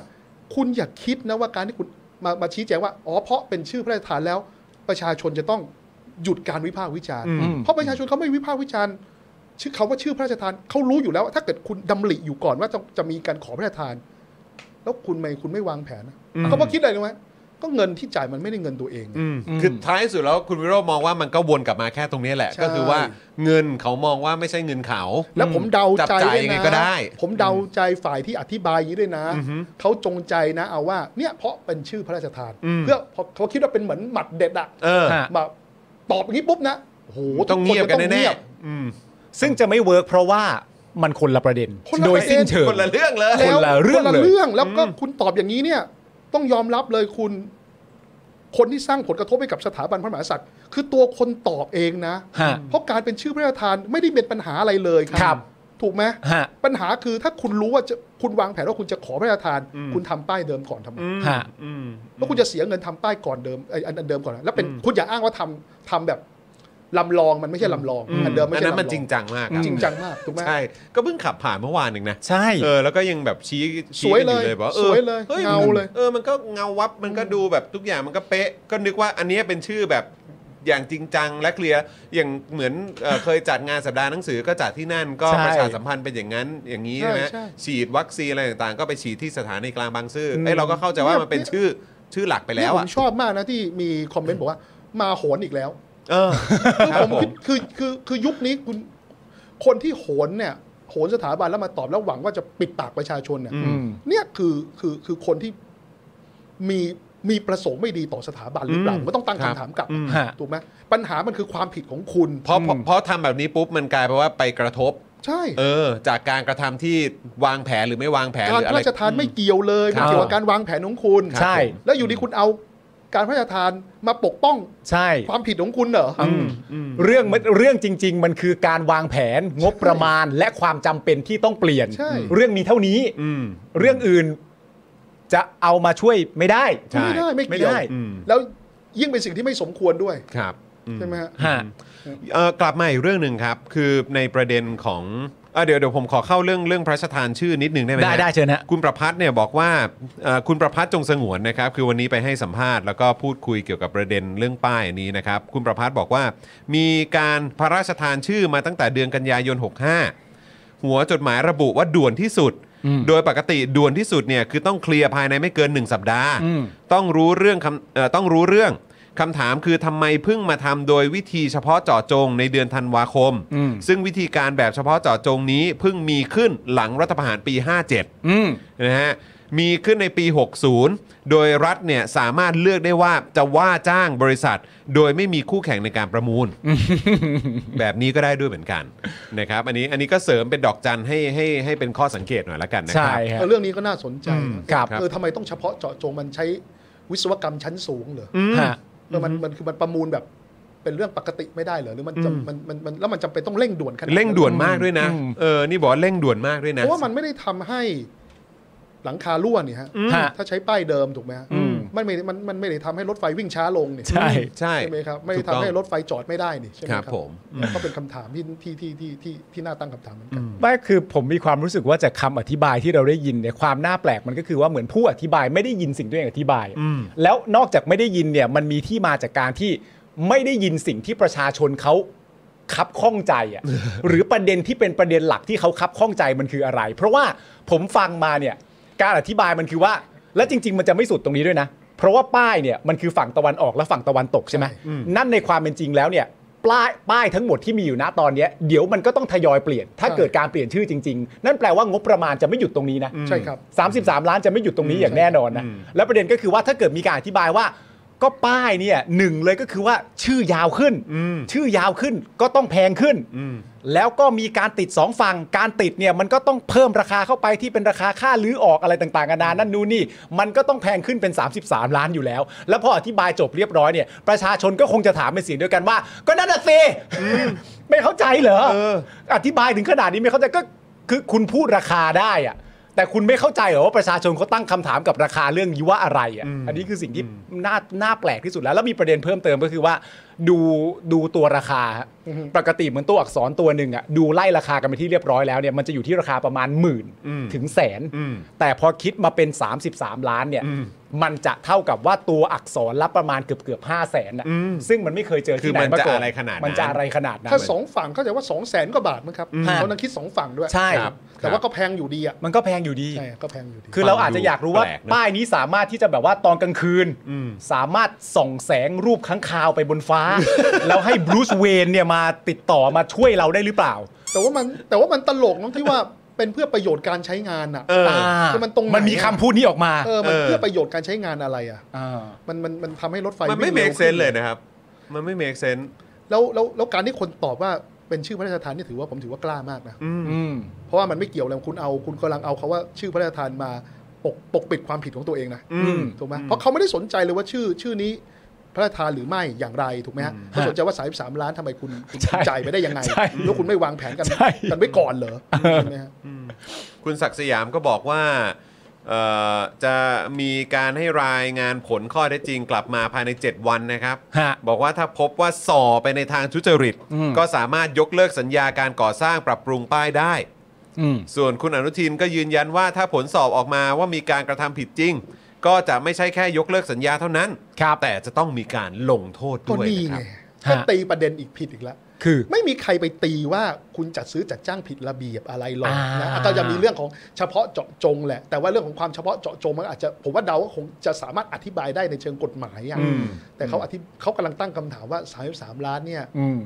Speaker 3: คุณอย่าคิดนะว่าการที่คุณมามาชี้แจงว่าอ๋อเพราะเป็นชื่อพระราชทานแล้ว ประชาชนจะต้องหยุดการวิพากษ์วิจารณ์
Speaker 2: อืม
Speaker 3: เพราะประชาชนเขาไม่วิพากษ์วิจารณ์ชื่อเขาว่าชื่อพระราชทานเขารู้อยู่แล้วว่าถ้าเกิดคุณดำริอยู่ก่อนว่าจะจะมีการขอพระราชทาน แล้วคุณไม่คุณไม่วางแผนนะ
Speaker 2: อืม
Speaker 3: เขาเพราะคิดอะไรรู้ไหมก็เงินที่จ่ายมันไม่ได้เงินตัวเอง
Speaker 2: อืม
Speaker 1: อืม
Speaker 2: คือท้ายสุดแล้วคุณวิโรจน์มองว่ามันก็วนกลับมาแค่ตรงนี้แหละ
Speaker 3: ใช่
Speaker 2: ก็คือว่าเงินเขามองว่าไม่ใช่เงินเขา
Speaker 3: แล้วผมเดา
Speaker 2: จับ
Speaker 3: ใจ
Speaker 2: จ่าย
Speaker 3: ด้ว
Speaker 2: ยั
Speaker 3: ย
Speaker 2: งไง
Speaker 3: นะ
Speaker 2: ก็ได้
Speaker 3: ผมเดาใจฝ่ายที่อธิบายอย่างนี้ด้วยนะเขาจงใจนะเอาว่าเนี่ยเพราะเป็นชื่อพระราชทาน
Speaker 2: อืม
Speaker 3: เพื่อเพราะเขาคิดว่าเป็นเหมือนหมัดเด็ดอะ
Speaker 2: เออ
Speaker 1: ฮะ
Speaker 3: แบบตอบอย่างนี้ปุ๊บนะโอ้โห
Speaker 2: ต้องเงียบกัน
Speaker 3: ทุคจะต้อ
Speaker 2: แน่
Speaker 3: เงียบ
Speaker 2: ๆอืม
Speaker 1: ซึ่งจะไม่เวิร์กเพราะว่ามันคนละประเด็น
Speaker 3: คนละประ
Speaker 1: โดย
Speaker 3: เด็น
Speaker 1: สิ้นเชิง
Speaker 2: คนละเรื่องเลย
Speaker 1: คนละเรื่อง
Speaker 3: คน
Speaker 1: เลย
Speaker 3: ละเรื่องแล้วก็คุณตอบอย่างนี้เนี่ย ต้องยอมรับเลยคุณ คนที่สร้างผลกระทบให้กับสถาบันพระมหากษัตริย์ คือตัวคนตอบเองนะ
Speaker 1: ฮะ
Speaker 3: เพราะการเป็นชื่อพระราชทานไม่ได้เป็นปัญหาอะไรเลย
Speaker 1: ครับ
Speaker 3: ถูกไหม
Speaker 1: ฮะ
Speaker 3: ปัญหาคือถ้าคุณรู้ว่าจะคุณวางแผนว่าคุณจะขอพระราชทาน
Speaker 2: อืม
Speaker 3: คุณทำป้ายเดิมก่อนทำไม
Speaker 2: อืม
Speaker 1: ฮะ
Speaker 2: อืม
Speaker 3: แล้วคุณจะเสียเงินทำป้ายก่อนเดิมไอ้อันอันเดิมก่อนนะแล้วเป็น
Speaker 2: อืม
Speaker 3: คุณอย่าอ้างว่าทำทำแบบลำลองมันไม่ใช่ลำลองอันเดิมไม่
Speaker 2: อัน
Speaker 3: ใช่
Speaker 2: นั้นมัน
Speaker 3: ลำลอง
Speaker 2: จริงจังมากอะ
Speaker 3: จริงจังมากถูกไหม
Speaker 2: ใช่ ก็เพิ่งขับผ่านเมื่อวานเองนะ
Speaker 1: ใช่
Speaker 2: เออแล้วก็ยังแบบชี้ชี้
Speaker 3: สวย
Speaker 2: กันอ
Speaker 3: เลย
Speaker 2: บอกาออ
Speaker 3: สวยเลย
Speaker 2: ฮ้
Speaker 3: เงาเลย
Speaker 2: เออมันก็เงาวับมันก็ดูแบบทุกอย่างมันก็เป๊ะ ก็นึกว่าอันเนี้ยเป็นชื่อแบบอย่างจริงจังและเคลียร์อย่างเหมือนเอ่อเคยจัดงานสัปดาห์หนังสือก็จัดที่นั่นก็
Speaker 1: ใช่
Speaker 2: ประชาสัมพันธ์เป็นอย่างนั้นอย่างนี้
Speaker 3: ใช่
Speaker 2: ใช่ไหม
Speaker 3: ใช่
Speaker 2: ฉีดวัคซีนอะไรต่างๆ ก็ไปฉีดที่สถานีกลางบางซื่ออ
Speaker 1: ม
Speaker 2: เอ้ยเราก็เข้าใจว่ามันเป็นชื่อชื่อหลักไปแล้ว
Speaker 3: นี่ผ
Speaker 2: อ่ะ
Speaker 3: มชอบมากนะที่มีคอมเมนต์บอกว่า มาโหนอีกแล้ว
Speaker 2: เออ
Speaker 3: คือ
Speaker 2: ครับ
Speaker 3: ผม
Speaker 2: ผ
Speaker 3: คิ
Speaker 2: ม
Speaker 3: ดคือคือคือยุคนี้คุณ คนที่โหนเนี่ย โหนสถาบันแล้วมาตอบแล้วหวังว่าจะปิดปากประชาชนเนี่ย
Speaker 2: อื
Speaker 1: อื
Speaker 2: ม
Speaker 1: ม
Speaker 3: เนี่ยคือคือคือคนที่มีมีประสงค์ไม่ดีต่อสถาบันหรือเปล่า
Speaker 2: อืม
Speaker 3: ผมก็ต้องตั้ง
Speaker 2: ครับ
Speaker 3: คำถามกลับ
Speaker 2: อืม
Speaker 1: ฮะ
Speaker 3: ถูกไหมปัญหามันคือความผิดของคุณ
Speaker 2: เพราะเพราะเพราะทำแบบนี้ปุ๊บมันกลายเป็นว่าไปกระทบ
Speaker 3: ใช่
Speaker 2: เออ จากการกระทำที่วางแผนหรือไม่วางแผนห
Speaker 3: การ
Speaker 2: รือ
Speaker 3: พ
Speaker 2: อะ
Speaker 3: ระ
Speaker 2: ไร
Speaker 3: ราชทานไม่เกี่ยวเลย
Speaker 2: ครั
Speaker 3: ไม่
Speaker 2: บ
Speaker 3: เกี่ยวกับการวางแผนของคุณ
Speaker 1: ใช่
Speaker 3: แล้วอยู่ดีคุณเอาการพระราชทานมาปกป้อง
Speaker 1: ใช่
Speaker 3: ความผิดของคุณเหรออ
Speaker 1: เรื่องมันเรื่องจริง ๆ มันคือการวางแผนงบประมาณและความจำเป็นที่ต้องเปลี่ยน
Speaker 3: ใช่
Speaker 1: เรื่องมีเท่านี้
Speaker 2: อืม
Speaker 1: เรื่องอื่นจะเอามาช่วยไม่ได้
Speaker 2: ใช่
Speaker 3: ไม่ได้ไม่
Speaker 1: ไม่
Speaker 3: เกี่ยว
Speaker 1: ได้
Speaker 2: อืม
Speaker 3: แล้วยิ่งเป็นสิ่งที่ไม่สมควรด้วย
Speaker 2: ครับอื
Speaker 3: ใช่ไหมฮะ
Speaker 1: ฮะ
Speaker 2: เอ่อกลับมาอีกเรื่องหนึ่งครับ คือในประเด็นของ อ่ะเดี๋ยวเดี๋ยวผมขอเข้าเรื่องเรื่องพระราชทานชื่อนิดนึงได้ไหมฮะ
Speaker 1: ได้ได้เชิญฮะ
Speaker 2: คุณประพัฒน์เนี่ยบอกว่าเอ่อคุณประพัฒน์จงสงวนนะครับคือวันนี้ไปให้สัมภาษณ์แล้วก็พูดคุยเกี่ยวกับประเด็นเรื่องป้ายนี้นะครับ คุณประพัฒน์บอกว่า มีการพระราชทานชื่อมาตั้งแต่เดือนกันยายน 65 หัวจดหมายระบุว่าด่วนที่สุด โดยปกติด่วนที่สุดเนี่ยคือต้องเคลียร์ภายในไม่เกิน 1 สัปดาห์
Speaker 1: อืม
Speaker 2: ต้องรู้เรื่องคำเอ่อต้องรู้เรื่องคำถามคือทำไมเพิ่งมาทำโดยวิธีเฉพาะเจาะจงในเดือนธันวาคม
Speaker 1: อืม
Speaker 2: ซึ่งวิธีการแบบเฉพาะเจาะจงนี้เพิ่งมีขึ้นหลังรัฐประหารปี 57
Speaker 1: อืม
Speaker 2: นะฮะมีขึ้นในปี 60 โดยรัฐเนี่ยสามารถเลือกได้ว่าจะว่าจ้างบริษัท โดยไม่มีคู่แข่งในการประมูล แบบนี้ก็ได้ด้วยเหมือนกันนะครับอันนี้อันนี้ก็เสริมเป็นดอกจันให้ให้ให้เป็นข้อสังเกตหน่อยละกันนะค
Speaker 1: ใช่
Speaker 2: รับ
Speaker 1: ฮะ
Speaker 3: เออเรื่องนี้ก็น่าสนใจ
Speaker 2: อืม
Speaker 3: นะครับ เออทำไมต้องเฉพาะเจาะจงมันใช้วิศวกรรมชั้นสูงเหรอ
Speaker 2: อืม
Speaker 1: ฮะ
Speaker 3: เออมันมันคือมันประมูลแบบเป็นเรื่องปกติไม่ได้เหรอหรือมัน
Speaker 1: อื
Speaker 3: จะ
Speaker 1: ม
Speaker 3: มันมันมันแล้วมันจำเป็นต้องเร่งด่วนขนาดนั้น
Speaker 2: เร่งด่วนมากด้วยนะ
Speaker 1: อืม
Speaker 2: เออนี่บอกว่าเร่งด่วนมากด้วยนะ
Speaker 3: เพราะว่ามันไม่ได้ทำให้หลังคารั่วนี่ฮะ
Speaker 2: อืม
Speaker 1: ฮะ
Speaker 3: ถ้าใช้ป้ายเดิมถูกไหมฮะ
Speaker 1: อืม
Speaker 3: มันไม่ได้มันมันไม่ได้ทำให้รถไฟวิ่งช้าลงเนี่ย
Speaker 1: ใช่
Speaker 2: ใช่
Speaker 3: ใช่ไหมครับไม่ได้
Speaker 2: ถูกต้อง
Speaker 3: ทำให้รถไฟจอดไม่ได้นี่ใช่ไหม
Speaker 2: ครับผมอืม
Speaker 3: ก็เป็นคำถามที่ที่ที่ที่ที่ที่น่าตั้งคำถามเหมือนกัน
Speaker 1: ไม่คือผมมีความรู้สึกว่าจากคำอธิบายที่เราได้ยินเนี่ยความน่าแปลกมันก็คือว่าเหมือนผู้อธิบายไม่ได้ยินสิ่งที่ตัวเองอธิบาย
Speaker 2: อืม
Speaker 1: แล้วนอกจากไม่ได้ยินเนี่ยมันมีที่มาจากการที่ไม่ได้ยินสิ่งที่ประชาชนเขาคับข้องใจอะ่ะ หรือประเด็นที่เป็นประเด็นหลักที่เขาคับข้องใจมันคืออะไร เพราะว่าผมฟังมาเนี่ยการอธิบายมันคือว่า และจริง ๆ มันจะไม่สุดตรงนี้ด้วยนะ เพราะว่าป้ายเนี่ยมันคือฝั่งตะวันออกและฝั่งตะวันตกใช่ไหม
Speaker 3: ใช่
Speaker 1: นั่นในความเป็นจริงแล้วเนี่ยป้ายป้ายทั้งหมดที่มีอยู่ณตอนเนี้ยเดี๋ยวมันก็ต้องทยอยเปลี่ยน ถ้าเกิดการเปลี่ยนชื่อจริง ๆ นั่นแปลว่างบประมาณจะไม่หยุดตรงนี้นะ
Speaker 3: ใช่ครับ
Speaker 1: 33 ล้านจะไม่หยุดตรงนี้อย่างแน่นอนนะ แล้วประเด็นก็คือว่าถ้าเกิดมีการอธิบายว่า ก็ป้ายเนี่ยหนึ่งเลยก็คือว่าชื่อยาวขึ้น
Speaker 2: อืม
Speaker 1: ชื่อยาวขึ้นก็ต้องแพงขึ้น
Speaker 2: อืม
Speaker 1: แล้วก็มีการติดสองฝั่งการติดเนี่ยมันก็ต้องเพิ่มราคาเข้าไปที่เป็นราคาค่าลื้อออกอะไรต่างๆนานานั่นนู่นนี่มันก็ต้องแพงขึ้นเป็น 33 ล้านอยู่แล้ว แล้วพออธิบายจบเรียบร้อยเนี่ยประชาชนก็คงจะถามเป็นเสียงเดียวกันว่า ก็นั่นน่ะสิไม่เข้าใจเหรอ
Speaker 2: เออ
Speaker 1: อธิบายถึงขนาดนี้ไม่เข้าใจก็คือคุณพูดราคาได้อะแต่คุณไม่เข้าใจเหรอว่าประชาชนเขาตั้งคำถามกับราคาเรื่องนี้ว่าอะไรอ่ะอันนี้คือสิ่งที่น่าน่าแปลกที่สุดแล้วแล้วมีประเด็นเพิ่มเติมก็คือว่า ดูดูตัวราคาฮะ ปกติเหมือนตัวอักษรตัวหนึ่งอะดูไล่ราคากันไปที่เรียบร้อยแล้วเนี่ยมันจะอยู่ที่ราคาประมาณหมื่น
Speaker 2: อืม
Speaker 1: ถึงแสน
Speaker 2: อืม
Speaker 1: แต่พอคิดมาเป็น 33 ล้านเนี่ยมันจะเท่ากับว่าตัวอักษรละประมาณเกือบเกือบห้าแสนอะ
Speaker 2: อืม
Speaker 1: ซึ่งมันไม่เคยเจอที่ไหน
Speaker 2: คือมัน
Speaker 1: มา
Speaker 2: จะ
Speaker 1: ก่อน
Speaker 2: อะไรขนาดนั้น
Speaker 1: มันจะอะไรขนาดนั้น
Speaker 3: ถ้าสองฝั่งเข้าใจว่าสองแสนกว่าบาทมั้งครับ
Speaker 1: อืม
Speaker 3: เขานั้นคิดสองฝั่งด้วย
Speaker 1: ใช่
Speaker 3: ครับแต่ว่าก็แพงอยู่ดีอ่ะ
Speaker 1: มันก็แพงอยู่ดี
Speaker 3: ใช่ก็แพงอยู่ดี
Speaker 1: คือเราอาจจะอยากรู้ว่า
Speaker 2: แปลกนะ
Speaker 1: ป้ายนี้สามารถที่จะแบบว่าตอนกลางคืน
Speaker 2: อืม
Speaker 1: สามารถส่องแสงรูปข้างคาวไปบนฟ้า
Speaker 2: *laughs*
Speaker 1: แล้วให้บรูซเวนเนี่ยมาติดต่อมาช่วยเราได้หรือเปล่า
Speaker 3: แต่ว่ามันแต่ว่ามันตลกตรงที่ว่า *laughs* เป็นเพื่อประโยชน์การใช้งานอ่ะ
Speaker 2: เออ
Speaker 1: อ่า
Speaker 3: คือมันตรงไหน
Speaker 1: มันมีคำพูดนี้ออกมา
Speaker 3: เออมัน
Speaker 2: เออ
Speaker 3: เพื่อประโยชน์การใช้งานอะไรอ่ะ
Speaker 1: อ่า
Speaker 3: มันมันมันทำให้รถไฟ
Speaker 2: มันไม่
Speaker 3: วิ่ง
Speaker 2: เม
Speaker 3: ร็ว
Speaker 2: คเซ
Speaker 3: ขึ้
Speaker 2: นเลยนะครับ มันไม่เมคเซน
Speaker 3: แล้วแล้วแล้วการที่คนตอบว่าเป็นชื่อพระราชทานนี่ถือว่าผมถือว่ากล้ามากนะ
Speaker 2: อืม
Speaker 1: อืม
Speaker 3: เพราะว่ามันไม่เกี่ยวเลยคุณเอาคุณกำลังเอาเขาว่าชื่อพระราชทานมาปกปกปิดความผิดของตัวเองนะ
Speaker 2: อืม
Speaker 3: ถูกไหม
Speaker 2: อืม
Speaker 3: เพราะเขาไม่ได้สนใจเลยว่าชื่อชื่อนี้พระราชทานหรือไม่อย่างไรถูกไหมฮะ
Speaker 2: อืม
Speaker 3: เขาสนใจว่าสายสามล้านทำไมคุณคุณ
Speaker 1: ใช่
Speaker 3: จ่ายไปได้ยังไง
Speaker 1: ใช่
Speaker 3: แล้วคุณไม่วางแผนกัน
Speaker 1: ใช่
Speaker 3: กันไว้ก่อนเหรอใช่ไหมฮะ
Speaker 2: อืมคุณศักดิ์สยามก็บอกว่าเอ่อจะมีการให้รายงานผลข้อเท็จจริงกลับมาภายใน 7 วันนะครับ
Speaker 1: ฮะ
Speaker 2: บอกว่าถ้าพบว่าส่อไปในทางทุจริต
Speaker 1: อืม
Speaker 2: ก็สามารถยกเลิกสัญญาการก่อสร้างปรับปรุงป้ายได้
Speaker 1: อืม
Speaker 2: ส่วนคุณอนุทินก็ยืนยันว่าถ้าผลสอบออกมาว่ามีการกระทำผิดจริง ก็จะไม่ใช่แค่ยกเลิกสัญญาเท่านั้น
Speaker 1: ครับ
Speaker 2: แต่จะต้องมีการลงโทษ
Speaker 3: ก็
Speaker 2: ด้วย
Speaker 3: นี่
Speaker 2: นะค
Speaker 3: ไง
Speaker 2: รับ
Speaker 3: ก็
Speaker 1: ฮะ
Speaker 3: ตีประเด็นอีกผิดอีกแล้ว
Speaker 1: คือ
Speaker 3: ไม่มีใครไปตีว่าคุณจัดซื้อจัดจ้างผิดระเบียบอะไรหรอกนะ
Speaker 1: อ่า
Speaker 3: ก็จะมีเรื่องของเฉพาะเจาะจงแหละ แต่ว่าเรื่องของความเฉพาะเจาะจงมันอาจจะผมว่าเดาว่าคงจะสามารถอธิบายได้ในเชิงกฎหมายอะ
Speaker 2: อืม
Speaker 3: แต่เขาอธิเขากำลังตั้งคำถามว่า33ล้านเนี่ย
Speaker 1: อืม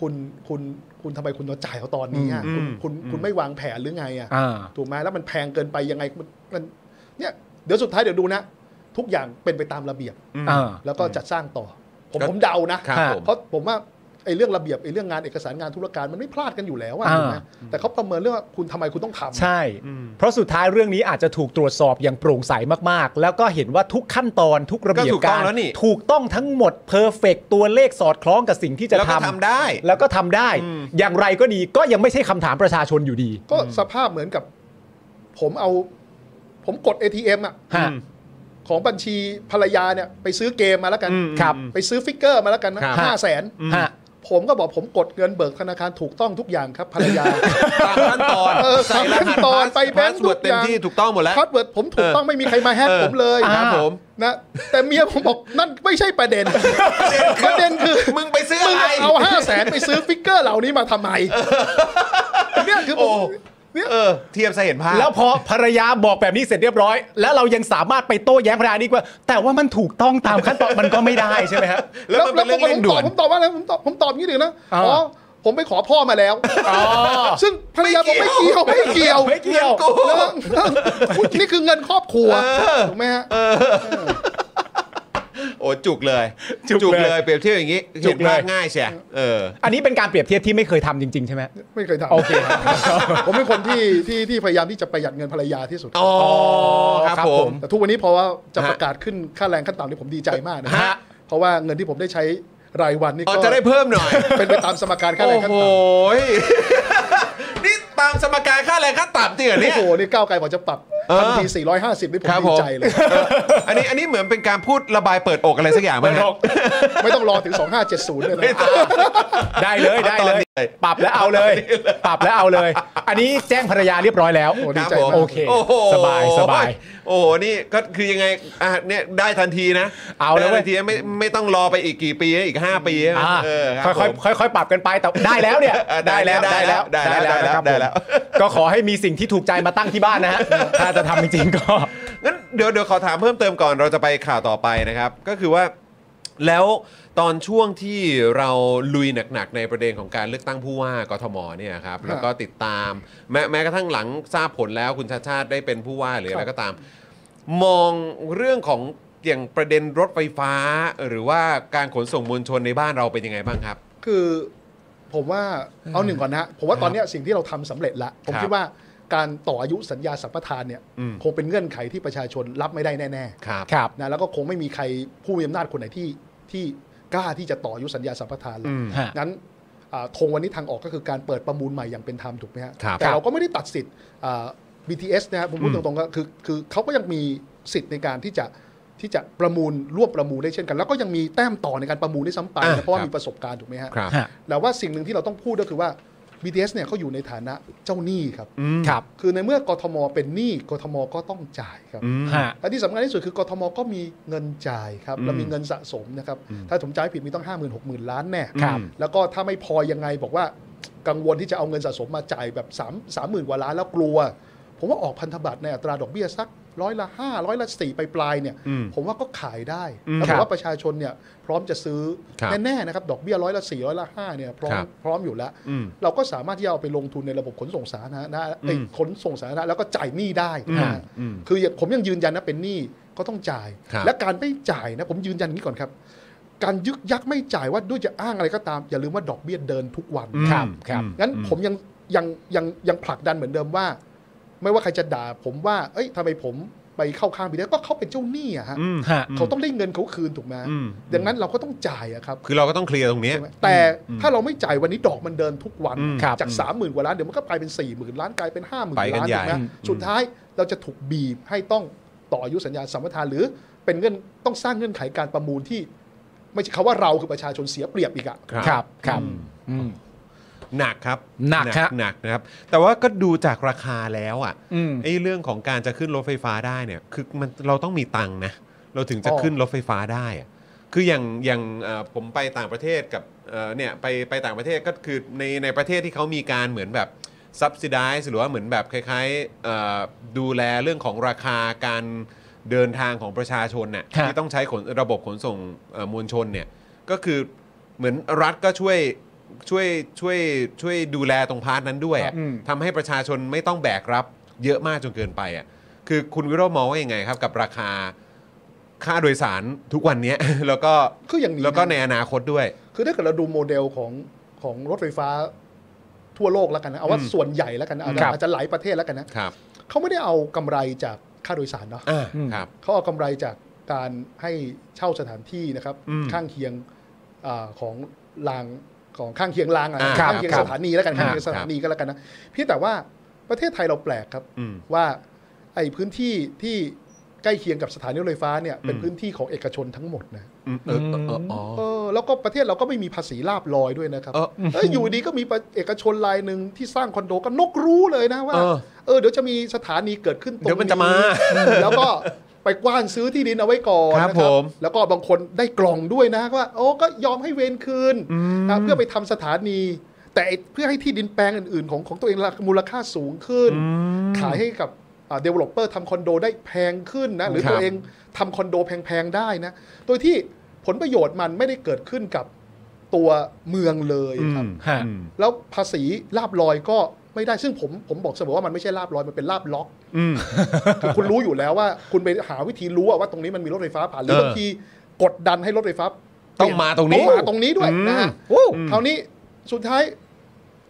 Speaker 3: คุณคุณคุณทำไมคุณมาจ่ายเขาตอนนี้อ่ะ
Speaker 2: อื
Speaker 3: คุณ
Speaker 2: ม
Speaker 3: คุณ
Speaker 2: อืม
Speaker 3: คุณไม่วางแผนหรือไงอ่ะ
Speaker 1: อ่า
Speaker 3: ถูกไหมแล้วมันแพงเกินไปยังไงมันมันเนี่ยเดี๋ยวสุดท้ายเดี๋ยวดูนะ ทุกอย่างเป็นไปตามระเบียบ
Speaker 2: อืม
Speaker 1: อ่า
Speaker 3: แล้วก็จัดสร้างต่อ ผม
Speaker 2: ครับ
Speaker 3: ผมเดานะครับ
Speaker 2: ผม
Speaker 3: เพราะผมว่าไอ้เรื่องระเบียบไอ้เรื่องงานเอกสารงานธุรการมันไม่พลาดกันอยู่แล้วอ่ะ
Speaker 1: อ่า
Speaker 3: ถูกไหมแต่เขาประเมินเรื่องว่าคุณทำไมคุณต้องทำ
Speaker 1: ใช่ เพราะสุดท้ายเรื่องนี้อาจจะถูกตรวจสอบอย่างโปร่งใสมากๆ แล้วก็เห็นว่าทุกขั้นตอนทุกระเบียบ
Speaker 2: ก็ถูกต้
Speaker 1: กา
Speaker 2: อง
Speaker 1: ร
Speaker 2: แล้วนี่
Speaker 1: ถูกต้องทั้งหมดเพอร์เฟกตัวเลขสอดคล้องกับสิ่งที่จะ
Speaker 2: แล้วก็
Speaker 1: ทำ
Speaker 2: ทำได้
Speaker 1: แล้วก็ทำได้
Speaker 2: อืม
Speaker 1: อย่างไรก็ดีก็ยังไม่ใช่คำถามประชาชนอยู่ดี
Speaker 3: ก็สภาพเหมือนกับ ผมเอา ผมกด ATM อ่ะ
Speaker 1: ฮะ
Speaker 2: อืม
Speaker 3: ของบัญชีภรรยาเนี่ย ไปซื้อเกมมาแล้วกัน
Speaker 2: อืม
Speaker 1: ครับ
Speaker 2: อืม
Speaker 3: ไปซื้อฟิกเกอร์มาแล้วกันนะครับ ห้าแสน
Speaker 1: ฮะ
Speaker 3: ผ ผมก็บอกผมกดเงินเบิกธนาคารถูกต้องทุกอย่างครับภรรยา
Speaker 2: ตามขั้นตอน
Speaker 3: เออ
Speaker 2: ใส่รหัส
Speaker 3: ตามขั้นตอนไปแบงค์
Speaker 2: สวด
Speaker 3: ทุก
Speaker 2: เต็
Speaker 3: อ
Speaker 2: ม
Speaker 3: ย่าง
Speaker 2: ที่ถูกต้องหมดแล้ว
Speaker 3: พาสเวิร์ดผมถูกต้องไม่มีใครมาแฮก
Speaker 2: เออ
Speaker 3: ผมเลย
Speaker 2: ครับผม
Speaker 3: นะแต่เมียผมบอกนั่นไม่ใช่ประเด็น ประเด็นคือ
Speaker 2: มึงไปซื้อ
Speaker 3: มึ
Speaker 2: อะ
Speaker 3: ง
Speaker 2: ไร
Speaker 3: เอาห้าแสนไปซื้อฟิกเกอร์เหล่านี้มาทำไมเนี่ยคือผ
Speaker 2: โอ้
Speaker 3: มเนี่ย
Speaker 2: เออ เทียบซะเห็นภาพ
Speaker 1: แล้วพอภรรยาบอกแบบนี้เสร็จเรียบร้อย แล้วเรายังสามารถไปโต้แย้งภรรยานี้ว่า แต่ว่ามันถูกต้องตามขั้นตอนมันก็ไม่ได้ใช่ไหมฮะ
Speaker 2: แล้วมันเป็นเรื่อง
Speaker 3: ผ
Speaker 2: เร่งด่ว
Speaker 3: มตอบ
Speaker 2: น
Speaker 3: ผมตอบว่าอะไรผมตอบผมตอบอย่างนี้เลยนะ
Speaker 1: อ่า
Speaker 3: อ๋อผมไปขอพ่อมาแล้ว
Speaker 1: อ๋อ
Speaker 3: ซึ่งภรรยาบอกไม่เกี่ยวไม่เกี่ยว
Speaker 1: ไม่เกี่ยว
Speaker 3: เลิกเลิกนี่คือเงินครอบครัวถูกไหมฮะ
Speaker 2: โอ้จุกเลย
Speaker 1: จุกเลย
Speaker 2: เปรียบเทียบอย่างนี้
Speaker 1: จุ
Speaker 2: เห็
Speaker 1: ก
Speaker 2: น
Speaker 1: เลย
Speaker 2: ภาพง่ายใช่เออ
Speaker 1: อันนี้เป็นการเปรียบเทียบที่ไม่เคยทำจริงๆใช่ไหม
Speaker 3: ไม่เคยทำ
Speaker 1: โอเค
Speaker 3: ผมเป็นคนที่ที่ที่พยายามที่จะประหยัดเงินภรรยาที่สุด
Speaker 2: อ๋อครับ
Speaker 1: ครับ
Speaker 2: ผ
Speaker 1: ผม ม
Speaker 3: แต่ทุกวันนี้เพราะว่าจะ
Speaker 2: ฮะ
Speaker 3: ประกาศขึ้นค่าแรงขั้นต่ำนี่ผมดีใจมากนะ
Speaker 2: ฮะ
Speaker 3: เพราะว่าเงินที่ผมได้ใช้รายวันนี่
Speaker 2: อ๋อ
Speaker 3: ก็
Speaker 2: จะได้เพิ่มหน่อย
Speaker 3: เป็นไปตามสมการค่าแร
Speaker 2: โอ้
Speaker 3: งขั้น
Speaker 2: โห
Speaker 3: ต่ำ
Speaker 2: นี่ตามสมการค่าแรงขั้นต่ำจริงเหรอเนี่
Speaker 3: โอ้
Speaker 2: ย
Speaker 3: โหนี่ก้าวไกลบอกจะปรับ
Speaker 2: เออ
Speaker 3: ทันที 450 นี่ผม
Speaker 2: ครับ
Speaker 3: ดี
Speaker 2: ผม
Speaker 3: ใจ
Speaker 2: *laughs*
Speaker 3: เลย
Speaker 2: เอออันนี้อันนี้เหมือนเป็นการพูดระบายเปิดอกอะไรสักอย่างไหมฮะ
Speaker 3: ไม่ต้องรอถึง 2570เลยนะ
Speaker 1: ได้เลยได้เลย
Speaker 2: เอาตอนนี้เลย
Speaker 1: ปรับแล้วเอาเลย ปรับแล้วเอาเลย อันนี้แจ้งภรรยาเรียบร้อยแล้ว
Speaker 3: โอ้
Speaker 2: ครับ
Speaker 3: ดีใจ
Speaker 2: ผม
Speaker 3: มาก
Speaker 1: โอเค
Speaker 2: โอ้โห
Speaker 1: สบายสบาย
Speaker 2: โอ้โห นี่ก็คือยังไงอ่ะเนี่ยได้ทันทีนะ
Speaker 1: เอาแล้วเว้ย
Speaker 2: ได้ทันทีไม่ไม่ต้องรอไปอีกกี่ปีนะอีก 5 ปีนะ
Speaker 1: อ่า
Speaker 2: เออรับผม
Speaker 1: ค่อยๆค่อยๆปรับกันไปแต่ได้แล้วเนี่ย
Speaker 2: เออได้แล้วได้แล้วได้แล้ว
Speaker 1: นะครับ
Speaker 2: ได้แล้ว
Speaker 1: ผมก็ขอให้มีสิ่งที่ถูกใจมาตั้งที่บ้านนะฮะถ้าจะทำจริงๆก็
Speaker 2: งั้นเดี๋ยวเดี๋ยวขอถามเพิ่มเติมก่อนเราจะไปข่าวต่อไปนะครับ ก็คือว่าแล้วตอนช่วงที่เราลุยหนักๆในประเด็นของการเลือกตั้งผู้ว่ากทมเนี่ยครับแล้วก็ติดตามแม้แม้กระทั่งหลังทราบผลแล้วคุณชาติชาติได้เป็นผู้ว่าหรืออะไรก็ตาม มองเรื่องของอย่างประเด็นรถไฟฟ้า หรือว่าการขนส่งมวลชนในบ้านเราเป็นยังไงบ้างครับ
Speaker 3: คือผมว่าเอาหนึ่งก่อนนะผมว่าตอนเนี้ยสิ่งที่เราทำสำเร็จละผม
Speaker 2: ครับ
Speaker 3: คิดว่าการต่ออายุสัญญาสัมปทานเนี่ย
Speaker 2: อืม
Speaker 3: คงเป็นเงื่อนไขที่ประชาชนรับไม่ได้แน่ ๆ
Speaker 2: ครับ
Speaker 1: ครับ
Speaker 3: นะแล้วก็คงไม่มีใครผู้มีอำนาจคนไหนที่ที่กล้าที่จะต่ออายุสัญญาสัมปทานเลย
Speaker 2: อืม
Speaker 1: ฮะ
Speaker 3: งั้นอ่าธงวันนี้ทางออกก็คือการเปิดประมูลใหม่อย่างเป็นธรรมถูกไหมฮะ
Speaker 2: ครับ
Speaker 3: แต่เราก็ไม่ได้ตัดสิทธิ์อ่า BTS นะฮะผมพูดตรงๆก็คือคือเขาก็ยังมีสิทธิ์ในการที่จะที่จะประมูลร่วมประมูลได้เช่นกัน แล้วก็ยังมีแต้มต่อในการประมูลได้ซ้ำไป
Speaker 2: อ่า
Speaker 3: นะเพราะ
Speaker 2: ค
Speaker 3: ว่า
Speaker 2: รับ
Speaker 3: มีประสบการณ์ถูกไหมฮะ
Speaker 2: ครับ
Speaker 1: ฮะ
Speaker 3: แต่ว่าสิ่งหนึ่งที่เราต้องพูดก็คือว่า BTS เนี่ยเขาอยู่ในฐานะเจ้าหนี้ครับ
Speaker 2: อืม
Speaker 1: ครับ
Speaker 3: คือในเมื่อกทม เป็นหนี้กทมก็ต้องจ่ายครับ
Speaker 2: อืม
Speaker 1: ฮะ
Speaker 3: และที่สำคัญที่สุดคือกทมก็มีเงินจ่ายครับ
Speaker 2: อืม
Speaker 3: และมีเงินสะสมนะครับ
Speaker 2: อืม
Speaker 3: ถ้าผมจ่ายผิดมีต้อง 5 0 0 0 0 6 0 0 0 ล้านแน่
Speaker 1: ครับ
Speaker 3: แล้วก็ถ้าไม่พอยังไงบอกว่ากังวลที่จะเอาเงินสะสมมาจ่ายแบบ3 3 0,000กว่าล้านแล้วกลัว ผมว่าออกพันธบัตรในอัตราดอกเบี้ยสักร้อยละ5ร้อยละ4ไปปลายๆเนี่ย
Speaker 2: อืม
Speaker 3: ผมว่าก็ขายได้
Speaker 2: อืม
Speaker 3: แล้ว
Speaker 1: ค
Speaker 3: ผ
Speaker 1: รั
Speaker 3: ม
Speaker 1: บ
Speaker 3: ว่าประชาชนเนี่ยพร้อมจะซื้อ
Speaker 2: ครับ
Speaker 3: แน่ๆนะครับดอกเบี้ยร้อยละ4ร้อยละ5เนี่ยพร้อม
Speaker 2: ครับ
Speaker 3: พร้อมอยู่แล้ว
Speaker 2: อืม
Speaker 3: เราก็สามารถที่จะเอาไปลงทุนในระบบขนส่งสาธารณะเอ้ย
Speaker 2: อืม
Speaker 3: ขนส่งสาธารณะแล้วก็จ่ายหนี้ได้นะฮะ
Speaker 2: อืมอืม
Speaker 3: คืออย่างผมยังยืนยันนะเป็นหนี้ก็ต้องจ่าย
Speaker 2: ครับ
Speaker 3: และการไม่จ่ายนะผมยืนยันอย่างนี้ก่อนครับ การยึกยักไม่จ่ายว่าด้วยจะอ้างอะไรก็ตาม อย่าลืมว่าดอกเบี้ยเดินทุกวัน
Speaker 2: อืม
Speaker 1: ครับครับ
Speaker 3: งั้นผมยังยังยังยังผลักดันเหมือนเดิมว่า ไม่ว่าใครจะด่าผมว่า เอ้ยทำไมผมไปเข้าข้างพี่ได้ก็เขาเป็นเจ้าหนี้อะฮะ
Speaker 2: อืม
Speaker 1: ฮะ
Speaker 3: เขาต้องได้เงินเขาคืนถูกไหม
Speaker 2: อืม
Speaker 3: ดังนั้นเราก็ต้องจ่ายอะครับ
Speaker 2: คือเราก็ต้องเคลียร์ตรงเนี้ย
Speaker 3: ใช่ไหมแต่ถ้าเราไม่จ่ายวันนี้ดอกมันเดินทุกวัน
Speaker 2: อืม
Speaker 1: ครับ
Speaker 3: จาก 3 0,000 กว่าล้าน เดี๋ยวมันก็กลายเป็น 4 0,000 ล้านกลายเป็น 5 0,000
Speaker 2: ไปกัน
Speaker 3: ล้าน
Speaker 2: ใหญ่
Speaker 3: ถูกไหม
Speaker 2: อืม
Speaker 3: สุดท้ายเราจะถูกบีบให้ต้องต่ออายุสัญญาสัมปทานหรือเป็นเงื่อนต้องสร้างเงื่อนไขการประมูลที่ ไม่ใช่คำว่าเราคือประชาชนเสียเปรียบอีกอะ
Speaker 1: ครับครับอืม
Speaker 2: หนักครับ
Speaker 1: หนักฮะ
Speaker 2: หนักนะครับ แต่ว่าก็ดูจากราคาแล้วอ่ะ
Speaker 1: อืม
Speaker 2: ไอ้เรื่องของการจะขึ้นรถไฟฟ้าได้เนี่ย คือมันเราต้องมีตังค์นะ เราถึงจะ
Speaker 3: อ๋อ
Speaker 2: ขึ้นรถไฟฟ้าได้อะคืออย่างอย่างเอ่อผมไปต่างประเทศกับเอ่อเนี่ยไปไปต่างประเทศก็คือในในประเทศที่เขามีการเหมือนแบบ subsidize หรือว่าเหมือนแบบคล้ายๆเอ่อดูแลเรื่องของราคาการเดินทางของประชาชนเนี่ย
Speaker 1: ครับ
Speaker 2: ที่ต้องใช้ขนระบบขนส่งเอ่อมวลชนเนี่ย ก็คือเหมือนรัฐก็ช่วยช่วยช่วยช่วยดูแลตรงพาร์ทนั้นด้วยอะ
Speaker 1: อืม
Speaker 2: ทำให้ประชาชนไม่ต้องแบกรับเยอะมากจนเกินไปอ่ะคือคุณวิโรจน์มองว่ายังไงครับ กับราคาค่าโดยสารทุกวันเนี้ย *laughs* แล้วก็
Speaker 3: คืออย่างนี้นะ
Speaker 2: แล้วก็ในอนาคตด้วย
Speaker 3: คือถ้าเกิดเราดูโมเดลของของรถไฟฟ้าทั่วโลกแล้วกันนะเอาว่า
Speaker 2: อืม
Speaker 3: ส่วนใหญ่แล้วกันนะอาจ
Speaker 1: ครับ
Speaker 3: จะอาจจะหลายประเทศแล้วกันนะครับ เขาไม่ได้เอากำไรจากค่าโดยสารเนาะ
Speaker 2: อ่าครับ
Speaker 3: เขาเอากำไรจากการให้เช่าสถานที่นะครับ
Speaker 2: อืม
Speaker 3: ข้างเคียงอาของรางของข้างเคียงรางอะ
Speaker 2: อ่า
Speaker 3: ข้างเคียง
Speaker 2: ครับ
Speaker 3: สถานีแล้วกันข้าง
Speaker 2: อ่า
Speaker 3: เคียงสถานีก็แล้วกันนะเพี่แต่ว่าประเทศไทยเราแปลกครับ
Speaker 2: อืม
Speaker 3: ว่าไอ้พื้นที่ที่ ใกล้เคียงกับสถานีรถไฟฟ้าเนี่ยเป็น
Speaker 2: อืม
Speaker 3: พื้นที่ของเอกชนทั้งหมดนะ
Speaker 2: อืมเออเออเอออ๋อ
Speaker 3: เออแล้วก็ประเทศเราก็ไม่มีภาษีลาบลอยด้วยนะครับ
Speaker 2: เออ
Speaker 3: เอยอยู่ดีก็มีเอกชนรายหนึ่งที่สร้างคอนโดก็นกรู้เลยนะว่า
Speaker 2: เออ
Speaker 3: เออเดี๋ยวจะมีสถานีเกิดขึ้นตรง
Speaker 2: เดี๋ยวมันจะมา
Speaker 3: แล้วก็ไปกว้านซื้อที่ดินเอาไว้ก่อน
Speaker 2: ครับ
Speaker 3: นะ
Speaker 2: ผม
Speaker 3: แล้วก็บางคนได้กล่องด้วยนะว่าโอ้ก็ยอมให้เวรคืน นะเพื่อไปทำสถานี แต่ไอ้เพื่อให้ที่ดินแปลงอื่นๆ ของของตัวเองราคามูลค่าสูงขึ้น ขายให้กับเดเวลลอปเปอร์ทำคอนโดได้แพงขึ้นนะหรือ
Speaker 2: ครับ
Speaker 3: ตัวเองทำคอนโดแพงๆ ได้นะโดยที่ผลประโยชน์มันไม่ได้เกิดขึ้นกับตัวเมืองเลยครับ
Speaker 1: ฮะ
Speaker 2: อืม
Speaker 3: แล้วภาษีลาบลอยก็ไม่ได้ซึ่งผมผมบอกเสมอว่ามันไม่ใช่ลาบลอยมันเป็นลาบล็อก
Speaker 2: อืม
Speaker 3: คือคุณรู้อยู่แล้วว่าคุณไปหาวิธีรู้อะว่าตรงนี้มันมีรถไฟฟ้าผ่านหรื
Speaker 2: เออบ
Speaker 3: อางทีกดดันให้รถไฟฟ้า
Speaker 2: ต้องมาตรงนี้
Speaker 3: ต้องมาตรงนี้ด้วย
Speaker 2: อืม
Speaker 3: นะฮะ
Speaker 1: โอ้
Speaker 2: อืม
Speaker 3: คราวนี้สุดท้าย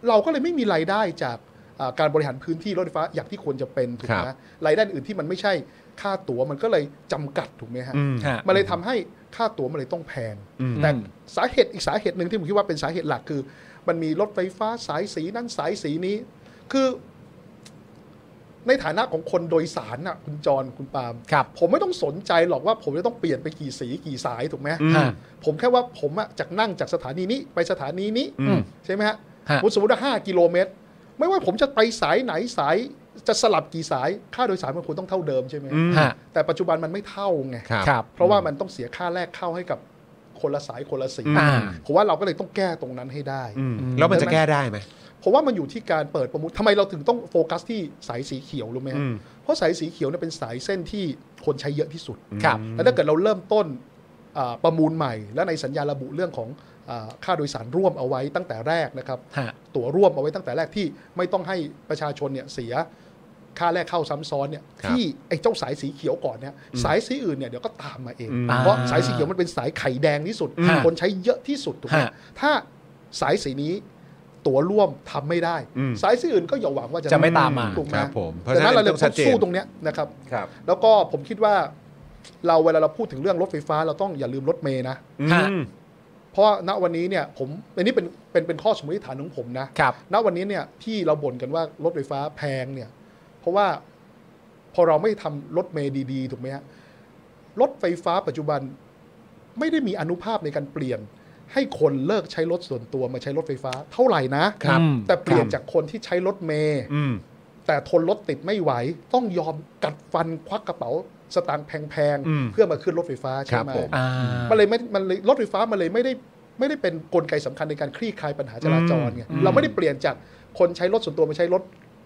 Speaker 3: เราก็เลยไม่มีรายได้จากอ่าการบริหารพื้นที่รถไฟฟ้าอย่างที่ควรจะเป็นถูกไหม
Speaker 2: ครับ
Speaker 3: รายได้อื่นที่มันไม่ใช่ค่าตั๋วมันก็เลยจำกัดถูกไหมฮะ
Speaker 2: อืม
Speaker 1: ฮะ
Speaker 3: มันเลยทำให้ค่าตั๋วมันเลยต้องแพง
Speaker 2: อืม
Speaker 3: แต่
Speaker 1: อืม
Speaker 3: สาเหตุอีกสาเหตุหนึ่งที่ผมคิดว่าเป็นสาเหตุหลักคือ มันมีรถไฟฟ้าสายสีนั้นสายสีนี้ คือ ในฐานะของคนโดยสารน่ะคุณจรคุณปาล์ม
Speaker 1: ครับ
Speaker 3: ผมไม่ต้องสนใจหรอกว่าผมจะต้องเปลี่ยนไปกี่สีกี่สายถูกไหม
Speaker 2: อืม
Speaker 1: ฮะ
Speaker 3: ผมแค่ว่าผมอะจากนั่งจากสถานีนี้ไปสถานีนี้
Speaker 2: อืม
Speaker 3: ใช่ไหมฮะ
Speaker 1: ฮะ
Speaker 3: ผมสมมติว่าห้ากิโลเมตร ไม่ว่าผมจะไปสายไหนสายจะสลับกี่สาย ค่าโดยสารมันควรต้องเท่าเดิมใช่ไหม
Speaker 2: อืม
Speaker 1: ฮะ
Speaker 3: แต่ปัจจุบันมันไม่เท่าไง
Speaker 2: ครับ
Speaker 1: ครับ
Speaker 3: เพราะว่ามันต้องเสียค่าแรกเข้าให้กับคนละสายคนละสี
Speaker 1: อ่า
Speaker 3: ผมว่าเราก็เลยต้องแก้ตรงนั้นให้ได้
Speaker 2: อืมแล้วมันจะแก้ได้ไหม
Speaker 3: ผมว่ามันอยู่ที่การเปิดประมูลทำไมเราถึงต้องโฟกัสที่สายสีเขียวรู้ไหมฮะ
Speaker 2: อืม
Speaker 3: เพราะสายสีเขียวเนี่ยเป็นสายเส้นที่คนใช้เยอะที่สุด
Speaker 1: ครับ
Speaker 3: แล้วถ้าเกิดเราเริ่มต้นอ่าประมูลใหม่ และในสัญญาระบุเรื่องของอาค่าโดยสารร่วมเอาไว้ตั้งแต่แรกนะครับ
Speaker 1: ฮะ
Speaker 3: ตั๋วร่วมเอาไว้ตั้งแต่แรกที่ไม่ต้องให้ประชาชนเนี่ยเสียค่าแรกเข้าซ้ำซ้อนเนี่ย
Speaker 2: ครับ
Speaker 3: ที่ไอ้เจ้าสายสีเขียวก่อนเนี่ยสายสีอื่นเนี่ยเดี๋ยวก็ตามมาเอง
Speaker 2: อืม
Speaker 1: อ่า
Speaker 3: เพราะสายสีเขียวมันเป็นสายไข่แดงที่สุด
Speaker 1: ฮะ
Speaker 3: คนใช้เยอะที่สุดถูกไหม
Speaker 1: ฮะ
Speaker 3: ถ้าสายสีนี้ตั๋วร่วมทำไม่ได้
Speaker 2: อืม
Speaker 3: สายสีอื่นก็อย่าหวังว่าจะ
Speaker 1: จะไม่ตามมา
Speaker 3: ถูกไหม
Speaker 2: ครับผมเพราะ
Speaker 3: ดั
Speaker 2: ฉะ
Speaker 3: ง
Speaker 2: นั้
Speaker 3: นั้น นเราเลย
Speaker 2: ต้อง
Speaker 3: ต้
Speaker 2: ชั
Speaker 3: อ
Speaker 2: ด
Speaker 3: ง
Speaker 2: เจน
Speaker 3: สู้ตรงเนี้ยนะครับ
Speaker 2: ครับ
Speaker 3: แล้วก็ผมคิดว่าเราเวลาเราพูดถึงเรื่องรถไฟฟ้าเราต้องอย่าลืมรถเมย์นะ
Speaker 2: อื
Speaker 1: ฮะ
Speaker 2: ม
Speaker 3: เพราะณวันนี้เนี่ยผมอันนี้เป็นเป็นเป็นข้อสมมติฐานของผมนะครับ ณวันนี้เนี่ยที่เราบ่นกันว่ารถไฟฟ้าแพงเนี่ย เพราะว่าพอเราไม่ทำรถเมย์ดีๆถูกไหมฮะรถไฟฟ้าปัจจุบันไม่ได้มีอนุภาพในการเปลี่ยน ให้คนเลิกใช้รถส่วนตัวมาใช้รถไฟฟ้าเท่าไหร่นะครับ แต่เปลี่ยน
Speaker 2: ครับ
Speaker 3: จากคนที่ใช้รถเมย์
Speaker 2: อืม
Speaker 3: แต่ทนรถติดไม่ไหว ต้องยอมกัดฟันควักกระเป๋าสตางค์แพง
Speaker 2: อืม
Speaker 3: ๆ เพื่อมาขึ้นรถไฟฟ้า
Speaker 2: ค
Speaker 3: ใช่
Speaker 2: รับ
Speaker 3: ไหม
Speaker 2: ผม
Speaker 1: อ่ามั
Speaker 3: มันเลยไม่มันเลยรถไฟฟ้ามันเลยไม่ได้ไม่ได้เป็นกลไกสำคัญในการคลี่คลายปัญหาจราจรไง
Speaker 1: อืม
Speaker 3: เราไม่ได้เปลี่ยนจากคนใช้รถส่วนตัวมาใช้รถ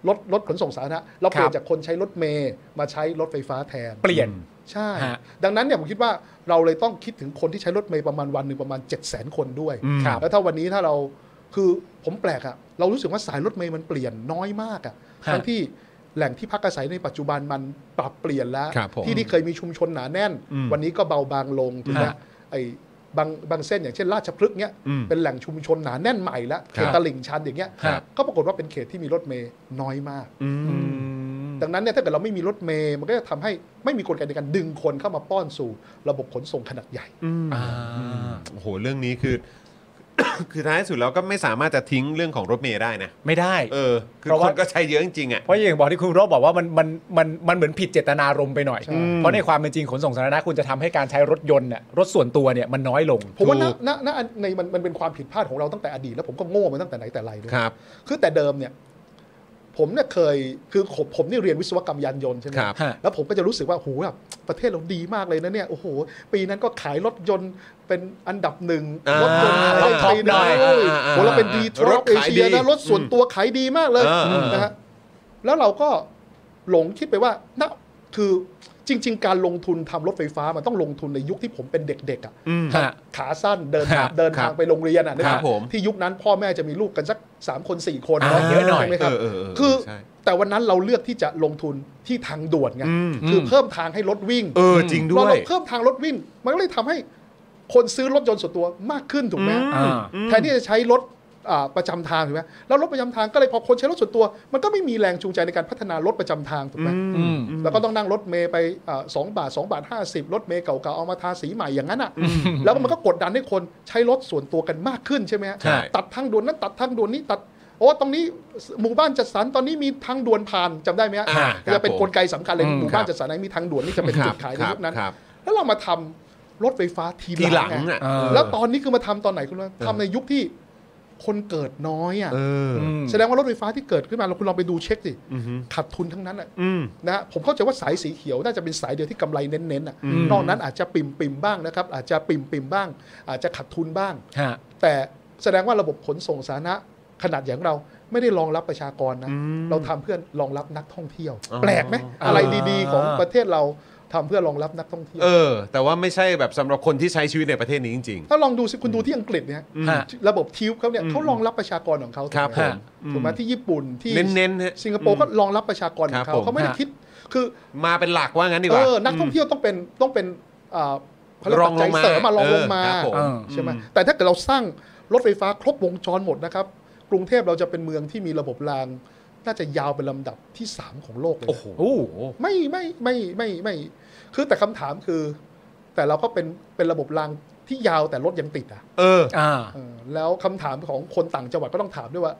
Speaker 3: รถรถขนส่งสาธารณะเราเปลี่ย
Speaker 1: ครั
Speaker 3: น
Speaker 1: บ
Speaker 3: จากคนใช้รถเมย์มาใช้รถไฟฟ้าแทน
Speaker 1: เปลี่ยน
Speaker 3: ใช่
Speaker 1: ฮะ
Speaker 3: ดังนั้นเนี่ยผมคิดว่าเราเลยต้องคิดถึงคนที่ใช้รถเมย์ประมาณวันหนึ่งประมาณ 7 0 0 0 0 0 คนด้วย
Speaker 2: อืม
Speaker 1: ครับ
Speaker 3: แล้วถ้าวันนี้ถ้าเราคือผมแปลกอะเรารู้สึกว่าสายรถเมล์มันเปลี่ยนน้อยมากอะ
Speaker 1: ฮะ
Speaker 3: ทั้งที่แหล่งที่พักอาศัยในปัจจุบันมันปรับเปลี่ยนแล้ว
Speaker 2: ครับผม
Speaker 3: ที่ที่เคยมีชุมชนหนาแน่น
Speaker 2: อืม
Speaker 3: วันนี้ก็เบาบางลงถูกไหม
Speaker 1: ฮะ
Speaker 3: ไอ้บางบางเส้นอย่างเช่น ราชพฤกษ์เนี้ย
Speaker 2: อืม
Speaker 3: เป็นแหล่งชุมชนหนาแน่นใหม่ละเขต
Speaker 2: ครับ
Speaker 3: ตลิ่งชันอย่างเงี้ย
Speaker 2: ครับ
Speaker 3: ก็ปรากฏว่าเป็นเขตที่มีรถเมล์น้อยมาก
Speaker 2: อืม
Speaker 3: ดังนั้นเนี่ยถ้าเกิดเราไม่มีรถเมล์มันก็จะทำให้ไม่มีกลไกในการดึงคนเข้ามาป้อนสู่ ระบบขนส่งขนาดใหญ่
Speaker 1: อ่า
Speaker 2: โอ้โห เรื่องนี้คือ *coughs* คือท้ายสุดเราก็ไม่สามารถจะทิ้งเรื่องของรถเมย์ได้นะ
Speaker 1: ไม่ได้
Speaker 2: เออ คือ
Speaker 1: เพราะ
Speaker 2: ค
Speaker 1: ว่า
Speaker 2: นก็ใช้เยอะจริงๆอ่ะ
Speaker 1: เพราะอย่างบอกที่คุณโรบบอกว่ามันมันมันมันเหมือนผิดเจตนารมณ์ไปหน่อย
Speaker 3: ใช่
Speaker 1: เพราะในความเป็นจริงขนส่งสาธารณะคุณจะทำให้การใช้รถยนต์น่ะรถส่วนตัวเนี่ยมันน้อยลง
Speaker 3: ผมว่าณ
Speaker 2: ถูก
Speaker 3: ณณอันในมันมันเป็นความผิดพลาดของเราตั้งแต่อดีตแล้วผมก็โง่มาตั้งแต่ไหนแต่ไรด้วย
Speaker 2: ครับ
Speaker 3: คือแต่เดิมเนี่ย ผมเนี่ยเคยคือผมผมนี่เรียนวิศวกรรมยานยนต์ใช่ไหม
Speaker 2: ครับ
Speaker 1: ฮะ
Speaker 3: แล้วผมก็จะรู้สึกว่าโหแบบประเทศเราดีมากเลยนะเนี่ยโอ้โห ปีนั้นก็ขายรถยนต์เป็นอันดับหนึ่ง
Speaker 2: อ่าร
Speaker 3: ถยนต์ขายได้
Speaker 1: ท็อปหน่
Speaker 3: ปีนั้
Speaker 1: อนย
Speaker 3: เว้ย
Speaker 2: อ่าอ่า
Speaker 3: โหเราเป็นดีทรอ
Speaker 2: รถ
Speaker 3: ปเอ
Speaker 2: ขายดี
Speaker 3: เชียนะรถส่วนตัวขายดีมากเลย
Speaker 2: อ่าอ่า
Speaker 3: นะฮะแล้วเราก็หลงคิดไปว่านะคือจริง ๆ การลงทุนทำรถไฟฟ้ามันต้องลงทุนในยุคที่ผมเป็นเด็กๆอ่ะ
Speaker 2: อืม
Speaker 1: ฮะ
Speaker 3: ขาสั้นเดินทา
Speaker 2: ค
Speaker 3: ง
Speaker 2: รับ
Speaker 3: เดินทางไปโรงเรียนอ่ะนะครับ
Speaker 2: ผม
Speaker 3: ที่ยุคนั้นพ่อแม่จะมีลูกกันสัก 3 คน 4 คน
Speaker 1: อ่า
Speaker 3: เยอะหน่อยไหมครับ
Speaker 2: เออเออ
Speaker 3: คือ
Speaker 2: ใช่
Speaker 3: แต่วันนั้นเราเลือกที่จะลงทุนที่ทางด่วนไง
Speaker 2: อืม
Speaker 3: คือเพิ่มทางให้รถวิ่ง
Speaker 2: เออ จริงด้ว
Speaker 3: เรา
Speaker 2: ย
Speaker 3: เพิ่มทางรถวิ่ง มันก็เลยทำให้คนซื้อรถยนต์ส่วนตัวมากขึ้นถูกไหม
Speaker 2: อืม
Speaker 1: อ่า
Speaker 3: แทนที่จะใช้รถอ่าประจำทางถูกไหมแล้วรถประจำทางก็เลยพอคนใช้รถส่วนตัว มันก็ไม่มีแรงจูงใจในการพัฒนารถประจำทางถูกไหม
Speaker 2: อืม
Speaker 3: แล้วก็ต้องนั่งรถเมย์ไปอ่าสองบาท 2 บาท 50 รถเมย์เก่าๆ เอามาทาสีใหม่อย่างนั้นอ่ะแล้วมันก็กดดันให้คนใช้รถส่วนตัวกันมากขึ้นใช่ไหมฮะ
Speaker 2: ใช่
Speaker 3: ตัดทางด่วนนั้นตัดทางด่วนนี้ตัดโอ อ้ตรงนี้หมู่บ้านจัดสรรตอนนี้มีทางด่วนผ่านจำได้ไหมฮะ
Speaker 2: อ่าครับ
Speaker 3: จะเป็น
Speaker 2: ผม
Speaker 3: กลไกสำคัญเลย
Speaker 1: อืม
Speaker 3: หมู่บ้านจัดสรรไหนมีทางด่วนนี่จะเป็น
Speaker 2: ครับ
Speaker 3: จุดขายใน
Speaker 2: ครับ
Speaker 3: ยุคนั้น
Speaker 2: ครับ
Speaker 3: แล้วเรามาทำรถไฟฟ้าที
Speaker 2: ทีหลัง
Speaker 3: ไ
Speaker 2: อ่ะ
Speaker 1: เออ
Speaker 3: แล้วตอนนี้คือมาทำตอนไหนคุณรู้ไหมทำในยุคที่คนเกิดน้อยอ่ะ
Speaker 2: เอออ
Speaker 1: ม
Speaker 3: แสดงว่ารถไฟฟ้าที่เกิดขึ้นมาเราคุณลองไปดูเช็คสิ
Speaker 2: อืม
Speaker 3: ขาดทุนทั้งนั้นอ่ะ
Speaker 2: อืม
Speaker 3: นะฮะผมเข้าใจว่าสายสีเขียวน่าจะเป็นสายเดียวที่กำไรเน้นๆอ่ะ
Speaker 1: อืม
Speaker 3: นอกนั้นอาจจะปิ่มปิมๆบ้างนะครับ อาจจะปิ่มปิมๆบ้าง อาจจะขาดทุนบ้าง
Speaker 1: ฮะ
Speaker 3: แต่แสดงว่าระบบขนส่งสาธารณะขนาดอย่างเราไม่ได้รองรับประชากรนะ
Speaker 2: อืม
Speaker 3: เราทำเพื่อรองรับนักท่องเที่ยว
Speaker 2: อ๋อ
Speaker 3: แปลกไหม
Speaker 1: อ่า
Speaker 3: อะไรดีๆ ของประเทศเราทำเพื่อรองรับนักท่องเที่ยว
Speaker 2: เออ แต่ว่าไม่ใช่แบบสำหรับคนที่ใช้ชีวิตในประเทศนี้จริง
Speaker 3: ถ้าลองดูสิคุณดูที่อังกฤษเนี่ย
Speaker 2: อืม
Speaker 1: ฮะ
Speaker 3: ระบบทิวเขาเนี่ย
Speaker 2: อืม
Speaker 3: เขารองรับประชากรของเขา
Speaker 2: ครับ
Speaker 3: ถูกไหม
Speaker 1: ผม
Speaker 3: ถูกไหม
Speaker 2: อืม
Speaker 3: ที่ญี่ปุ่นที่
Speaker 2: ๆ เน้นๆฮะ
Speaker 3: สิงคโปร์ก็รองรับประชากรของ
Speaker 2: ครับผม
Speaker 3: เขาเขาไม่ได้
Speaker 1: ฮะ
Speaker 3: คิดคือ
Speaker 2: มาเป็นหลักว่างั้นดีก
Speaker 3: เอ
Speaker 2: ว่า
Speaker 3: อ นักท่องเที่ยวต้องเป็นต้องเป็นเอ่อเขาเรียก
Speaker 2: รองลง
Speaker 3: ปัจจัยเสริมมา
Speaker 2: มา
Speaker 3: ลองลงมา
Speaker 2: เออครับผม
Speaker 1: เออ
Speaker 3: ใช่ไหม
Speaker 2: อืม
Speaker 3: แต่ถ้าเกิดเราสร้างรถไฟฟ้าครบวงจรหมดนะครับ กรุงเทพเราจะเป็นเมืองที่มีระบบราง น่าจะยาวเป็นลำดับที่ 3 ของโลกเลย
Speaker 2: โอ้โห
Speaker 1: โอ้
Speaker 3: ไม่ไม่ไม่ไม่ไม่ คือแต่คำถามคือ แต่เราก็เป็นเป็นระบบรางที่ยาวแต่รถยังติดอ่ะ
Speaker 2: เออ
Speaker 1: อ่า
Speaker 3: เออแล้วคำถามของคนต่างจังหวัดก็ต้องถามด้วยว่า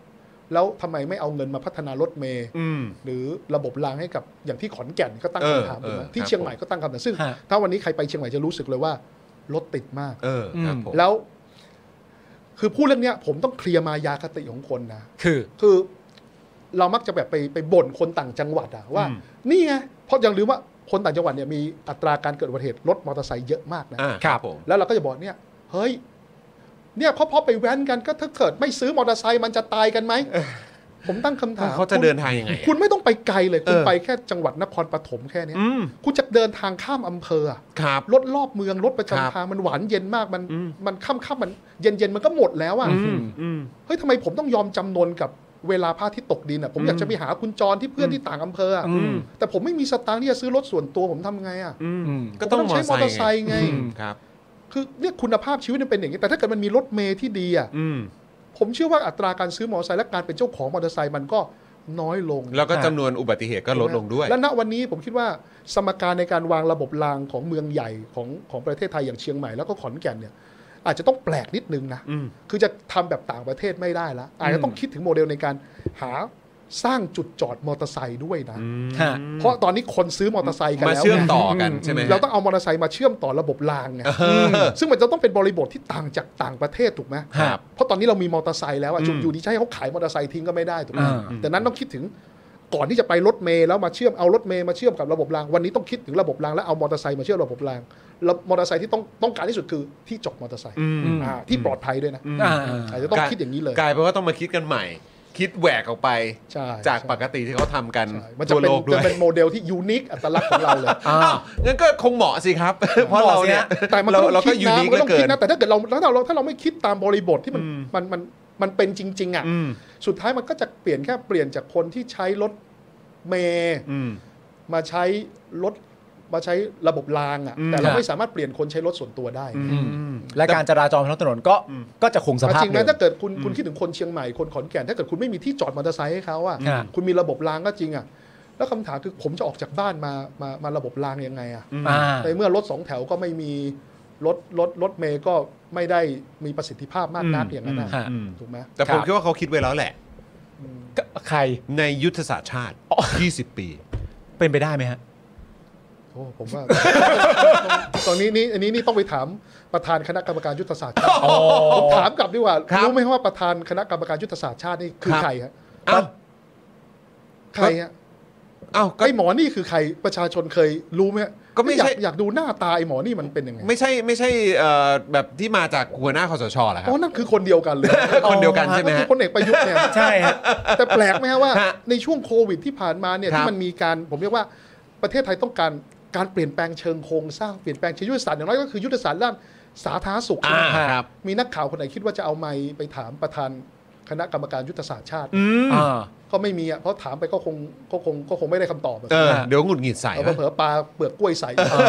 Speaker 3: แล้วทำไมไม่เอาเงินมาพัฒนารถเมล์
Speaker 2: อืม
Speaker 3: หรือระบบรางให้กับอย่างที่ขอนแก่นก็ตั้ง
Speaker 2: เออ
Speaker 3: คำถามถูกไหม
Speaker 2: เออ
Speaker 3: ที่
Speaker 2: ครับ
Speaker 3: เชียงใหม่ก็ตั้งคำถามซึ่ง
Speaker 1: ฮะ
Speaker 3: ถ้าวันนี้ใครไปเชียงใหม่จะรู้สึกเลยว่ารถติดมาก
Speaker 2: เออครับผม
Speaker 3: แล้ว คือพูดเรื่องเนี้ย ผมต้องเคลียร์มายาคติของคนนะ
Speaker 1: คือ
Speaker 3: คือ เรามักจะแบบไปไปบ่นคนต่างจังหวัดอะว่า
Speaker 2: อืม
Speaker 3: นี่ไงเพราะอยังลืมว่าคนต่างจังหวัดเนี่ยมีอัตราการเกิดอุบัติเหตุรถมอเตอร์ไซค์เยอะมากนะ
Speaker 2: อ่า
Speaker 1: ค
Speaker 2: ค
Speaker 1: รั
Speaker 2: รับ บผม
Speaker 3: แล้วเราก็จะบอกเนี่ย เฮ้ย เนี่ยเพราะพอไปแว้นกันก็ถ้าเกิดไม่ซื้อมอเตอร์ไซค์มันจะตายกันไหมผมตั้งคำถาม
Speaker 2: เขาจะเดินทางยังไงอะ
Speaker 3: คุณไม่ต้องไปไกลเลย คุณ
Speaker 2: เออ
Speaker 3: ไปแค่จังหวัดนครปฐมแค่เนี้ย
Speaker 2: อืม
Speaker 3: คุณจะเดินทางข้ามอำเภออะ
Speaker 2: ครับ
Speaker 3: รถรอบเมืองรถประ
Speaker 2: ครับ
Speaker 3: จำทางมันหวานเย็นมากมัน
Speaker 2: อืม
Speaker 3: มันค่ำค่ำๆมันเย็นเย็นๆมันก็หมดแล้วอ่ะ
Speaker 2: อืมอืม
Speaker 3: เฮ้ยทำไมผมต้องยอมจำนนกับเวลาพระอาที่ตกดินอ่ะผมอยากจะไปหาคุณจรที่เพื่อนที่ต่างอำเภออะ
Speaker 1: อืม
Speaker 3: แต่ผมไม่มีสตางค์ที่จะซื้อรถส่วนตัวผมทำไงอ่ะ
Speaker 2: อืม
Speaker 1: อืม
Speaker 2: ก็ต้อง
Speaker 3: ผมใช้มอเตอร์ไซค์ไง
Speaker 1: อืม
Speaker 2: ครับ
Speaker 3: คือเรียกคุณภาพชีวิตมันเป็นอย่างนี้แต่ถ้าเกิดมันมีรถเมล์ที่ดีอ่ะ
Speaker 2: อืม
Speaker 3: ผมเชื่อว่าอัตราการซื้อมอเตอร์ไซค์และการเป็นเจ้าของมอเตอร์ไซค์มันก็น้อยลง
Speaker 2: แล้วก็จำนวนอุบัติเหตุก็ลดลงด้วย
Speaker 3: และณวันนี้ผมคิดว่าสมการในการวางระบบรางของเมืองใหญ่ของของประเทศไทยอย่างเชียงใหม่แล้วก็ขอนแก่นเนี่ยอาจจะต้องแปลกนิดนึงนะ
Speaker 2: อืม
Speaker 3: คือจะทำแบบต่างประเทศไม่ได้ละอาจจะต้องคิดถึงโมเดลในการหาสร้างจุดจอดมอเตอร์ไซค์ด้วยนะ
Speaker 1: ฮะ
Speaker 3: เพราะตอนนี้คนซื้อมอเตอร์ไซค์กัน
Speaker 2: มา
Speaker 3: แล้ว
Speaker 2: เชื่อมต่อ
Speaker 3: ไง
Speaker 2: กันใช่ไหมฮะ
Speaker 3: เราต้องเอามอเตอร์ไซค์มาเชื่อมต่อระบบรางไง
Speaker 2: เออ
Speaker 3: ซึ่งมันจะต้องเป็นบริบทที่ต่างจากต่างประเทศถูกไหม
Speaker 2: ครับ
Speaker 3: เพราะตอนนี้เรามีมอเตอร์ไซค์แล้วอะ
Speaker 2: อืม
Speaker 3: อยู่ดีจะใช้เขาขายมอเตอร์ไซค์ทิ้งก็ไม่ได้ถูกไหม
Speaker 1: อ่า
Speaker 3: แต่นั้นต้องคิดถึงก่อนที่จะไปรถเมล์แล้วมาเชื่อมเอารถเมล์มาเชื่อมกับระบบรางวันนี้ต้องคิดถึงระบบรางแล้วเอามอเตอร์ไซค์มาเชื่อมระบบรางแล้วมอเตอร์ไซค์ที่ต้องต้องการที่สุดคือที่จอดมอเตอร์ไซค์
Speaker 2: อืม
Speaker 3: อ่าที่ปลอดภัยด้วยนะ
Speaker 1: อ่า
Speaker 3: อาจจะต้อง
Speaker 2: การ
Speaker 3: คิดอย่างนี้เลย
Speaker 2: กลายเป็นว่าต้องมาคิดกันใหม่ คิดแหวกออกไป
Speaker 3: ใช่
Speaker 2: จากป
Speaker 3: ใช่
Speaker 2: กติที่เขาทำกัน
Speaker 3: ใช่มันจะ
Speaker 2: ทั่ว
Speaker 3: เป็น
Speaker 2: โลกด้ว
Speaker 3: จะ
Speaker 2: ย
Speaker 3: เป็นโมเดลที่ยูนิคอัตลักษณ์ของเราเลย
Speaker 1: อ่า
Speaker 2: อ้าวงั้นก็คงเหมาะสิครับ เพราะเราเนี่ย
Speaker 3: แต่มัน
Speaker 2: เรา
Speaker 3: ก็ต้
Speaker 2: เรา
Speaker 3: อง
Speaker 2: ก็
Speaker 3: คิด
Speaker 2: ยู
Speaker 3: นะ
Speaker 2: นิค
Speaker 3: มัน
Speaker 2: เหลือ
Speaker 3: ก็ต้อง
Speaker 2: เกิ
Speaker 3: คิด
Speaker 2: น
Speaker 3: นะแต่ถ้าเกิดเราถ้าเราถ้าเราไม่คิดตามบริบทที่มัน
Speaker 2: อืม
Speaker 3: มันมันมันเป็นจริง ๆอ่ะ
Speaker 2: อืม
Speaker 3: สุดท้ายมันก็จะเปลี่ยนแค่เปลี่ยนจากคนที่ใช้รถเมย์
Speaker 2: อืม
Speaker 3: มาใช้รถมาใช้ระบบรางอ่ะ
Speaker 2: อืม
Speaker 3: แต่
Speaker 1: ค
Speaker 3: เรา
Speaker 1: รับ
Speaker 3: ไม่สามารถเปลี่ยนคนใช้รถส่วนตัวได้
Speaker 2: อืม
Speaker 1: และการจราจรบนท้องถนนก็
Speaker 2: อืม
Speaker 1: ก็จะคงสภาพ
Speaker 3: จริงไหม
Speaker 1: เดิม
Speaker 3: ถ้าเกิดคุณคุณคิดถึงคนเชียงใหม่คนขอนแก่นถ้าเกิดคุณไม่มีที่จอดมอเตอร์ไซค์ให้เขาอ่ะ
Speaker 1: อ่า
Speaker 3: คุณมีระบบรางก็จริงอ่ะแล้วคำถามคือผมจะออกจากบ้านมามามาระบบรางยังไงอ่ะ
Speaker 2: อืม
Speaker 1: อ่า
Speaker 3: ในเมื่อรถสองแถวก็ไม่มีรถรถรถเมย์ก็ไม่ได้มีประสิทธิภาพมากนัก
Speaker 2: อืม
Speaker 3: อย่างนั้นนะ
Speaker 1: อืมฮะ
Speaker 2: อืม
Speaker 3: ถูกไหม
Speaker 2: แต่ผม
Speaker 1: ครับ
Speaker 2: คิดว่าเขาคิดไว้แล้วแหละ
Speaker 1: ก็ใคร
Speaker 2: ในยุทธศาสตร์ชาติ 20 ปี
Speaker 1: เป็นไปได้ไหมฮะ
Speaker 3: โอ้ผมว่า *laughs* ตอนนี้นี่อันนี้นี่ต้องไปถามประธานคณะกรรมการยุทธศาสตร์ชาติผมถามกลับดีกว่า
Speaker 2: ครับ
Speaker 3: รู้ไหมว่าประธานคณะกรรมการยุทธศาสตร์ชาตินี่คือ
Speaker 2: ครับ
Speaker 3: ใครฮะ
Speaker 2: เอ้าว
Speaker 3: ใครฮะ
Speaker 2: อ้าวก็
Speaker 3: ไอหมอนี่คือใครประชาชนเคยรู้ไหมฮะ
Speaker 2: ก็ไม่ใช่
Speaker 3: อยาอยากดูหน้าตาไอหมอนี่มันเป็นยังไง
Speaker 2: ไม่ใช่ไม่ใช่เอ่อแบบที่มาจากหัวหน้าคอสชเหรอครั
Speaker 3: อ๋
Speaker 2: บ
Speaker 3: อนั่นคือคนเดียวกันเลย
Speaker 2: คนเดียวกันใช่ไหม
Speaker 3: ก็คือ
Speaker 2: ฮะ
Speaker 3: พลเอกประยุทธ์เนี่ย
Speaker 1: ใช่ฮะ
Speaker 3: แต่แปลกไหมฮะว่า
Speaker 2: ฮะ
Speaker 3: ในช่วงโควิดที่ผ่านมาเนี่ย
Speaker 2: ครับ
Speaker 3: ที่มันมีการผมเรียกว่าประเทศไทยต้องการการเปลี่ยนแปลงเชิงโครงสร้างเปลี่ยนแปลงเชิงยุทธศาสตร์อย่างน้อยก็คือยุทธศาสตร์ด้านสาธารณสุข
Speaker 2: อ่า
Speaker 3: ใช่ไหม
Speaker 2: ครับ
Speaker 3: มีนักข่าวคนไหนคิดว่าจะเอาไมค์ไปถามประธานคณะกรรมการยุทธศาสตร์ชาติ
Speaker 2: อืม
Speaker 1: อ่า
Speaker 3: ก็ไม่มีอ่ะเพราะถามไปก็คงก็คงก็คงไม่ได้คำตอบอะ
Speaker 2: เออเดี๋ยวหงุดหงิดใส่
Speaker 3: เอา
Speaker 2: ปะ
Speaker 3: เผลอๆปลาเปลือกกล้วยใส่
Speaker 1: เออ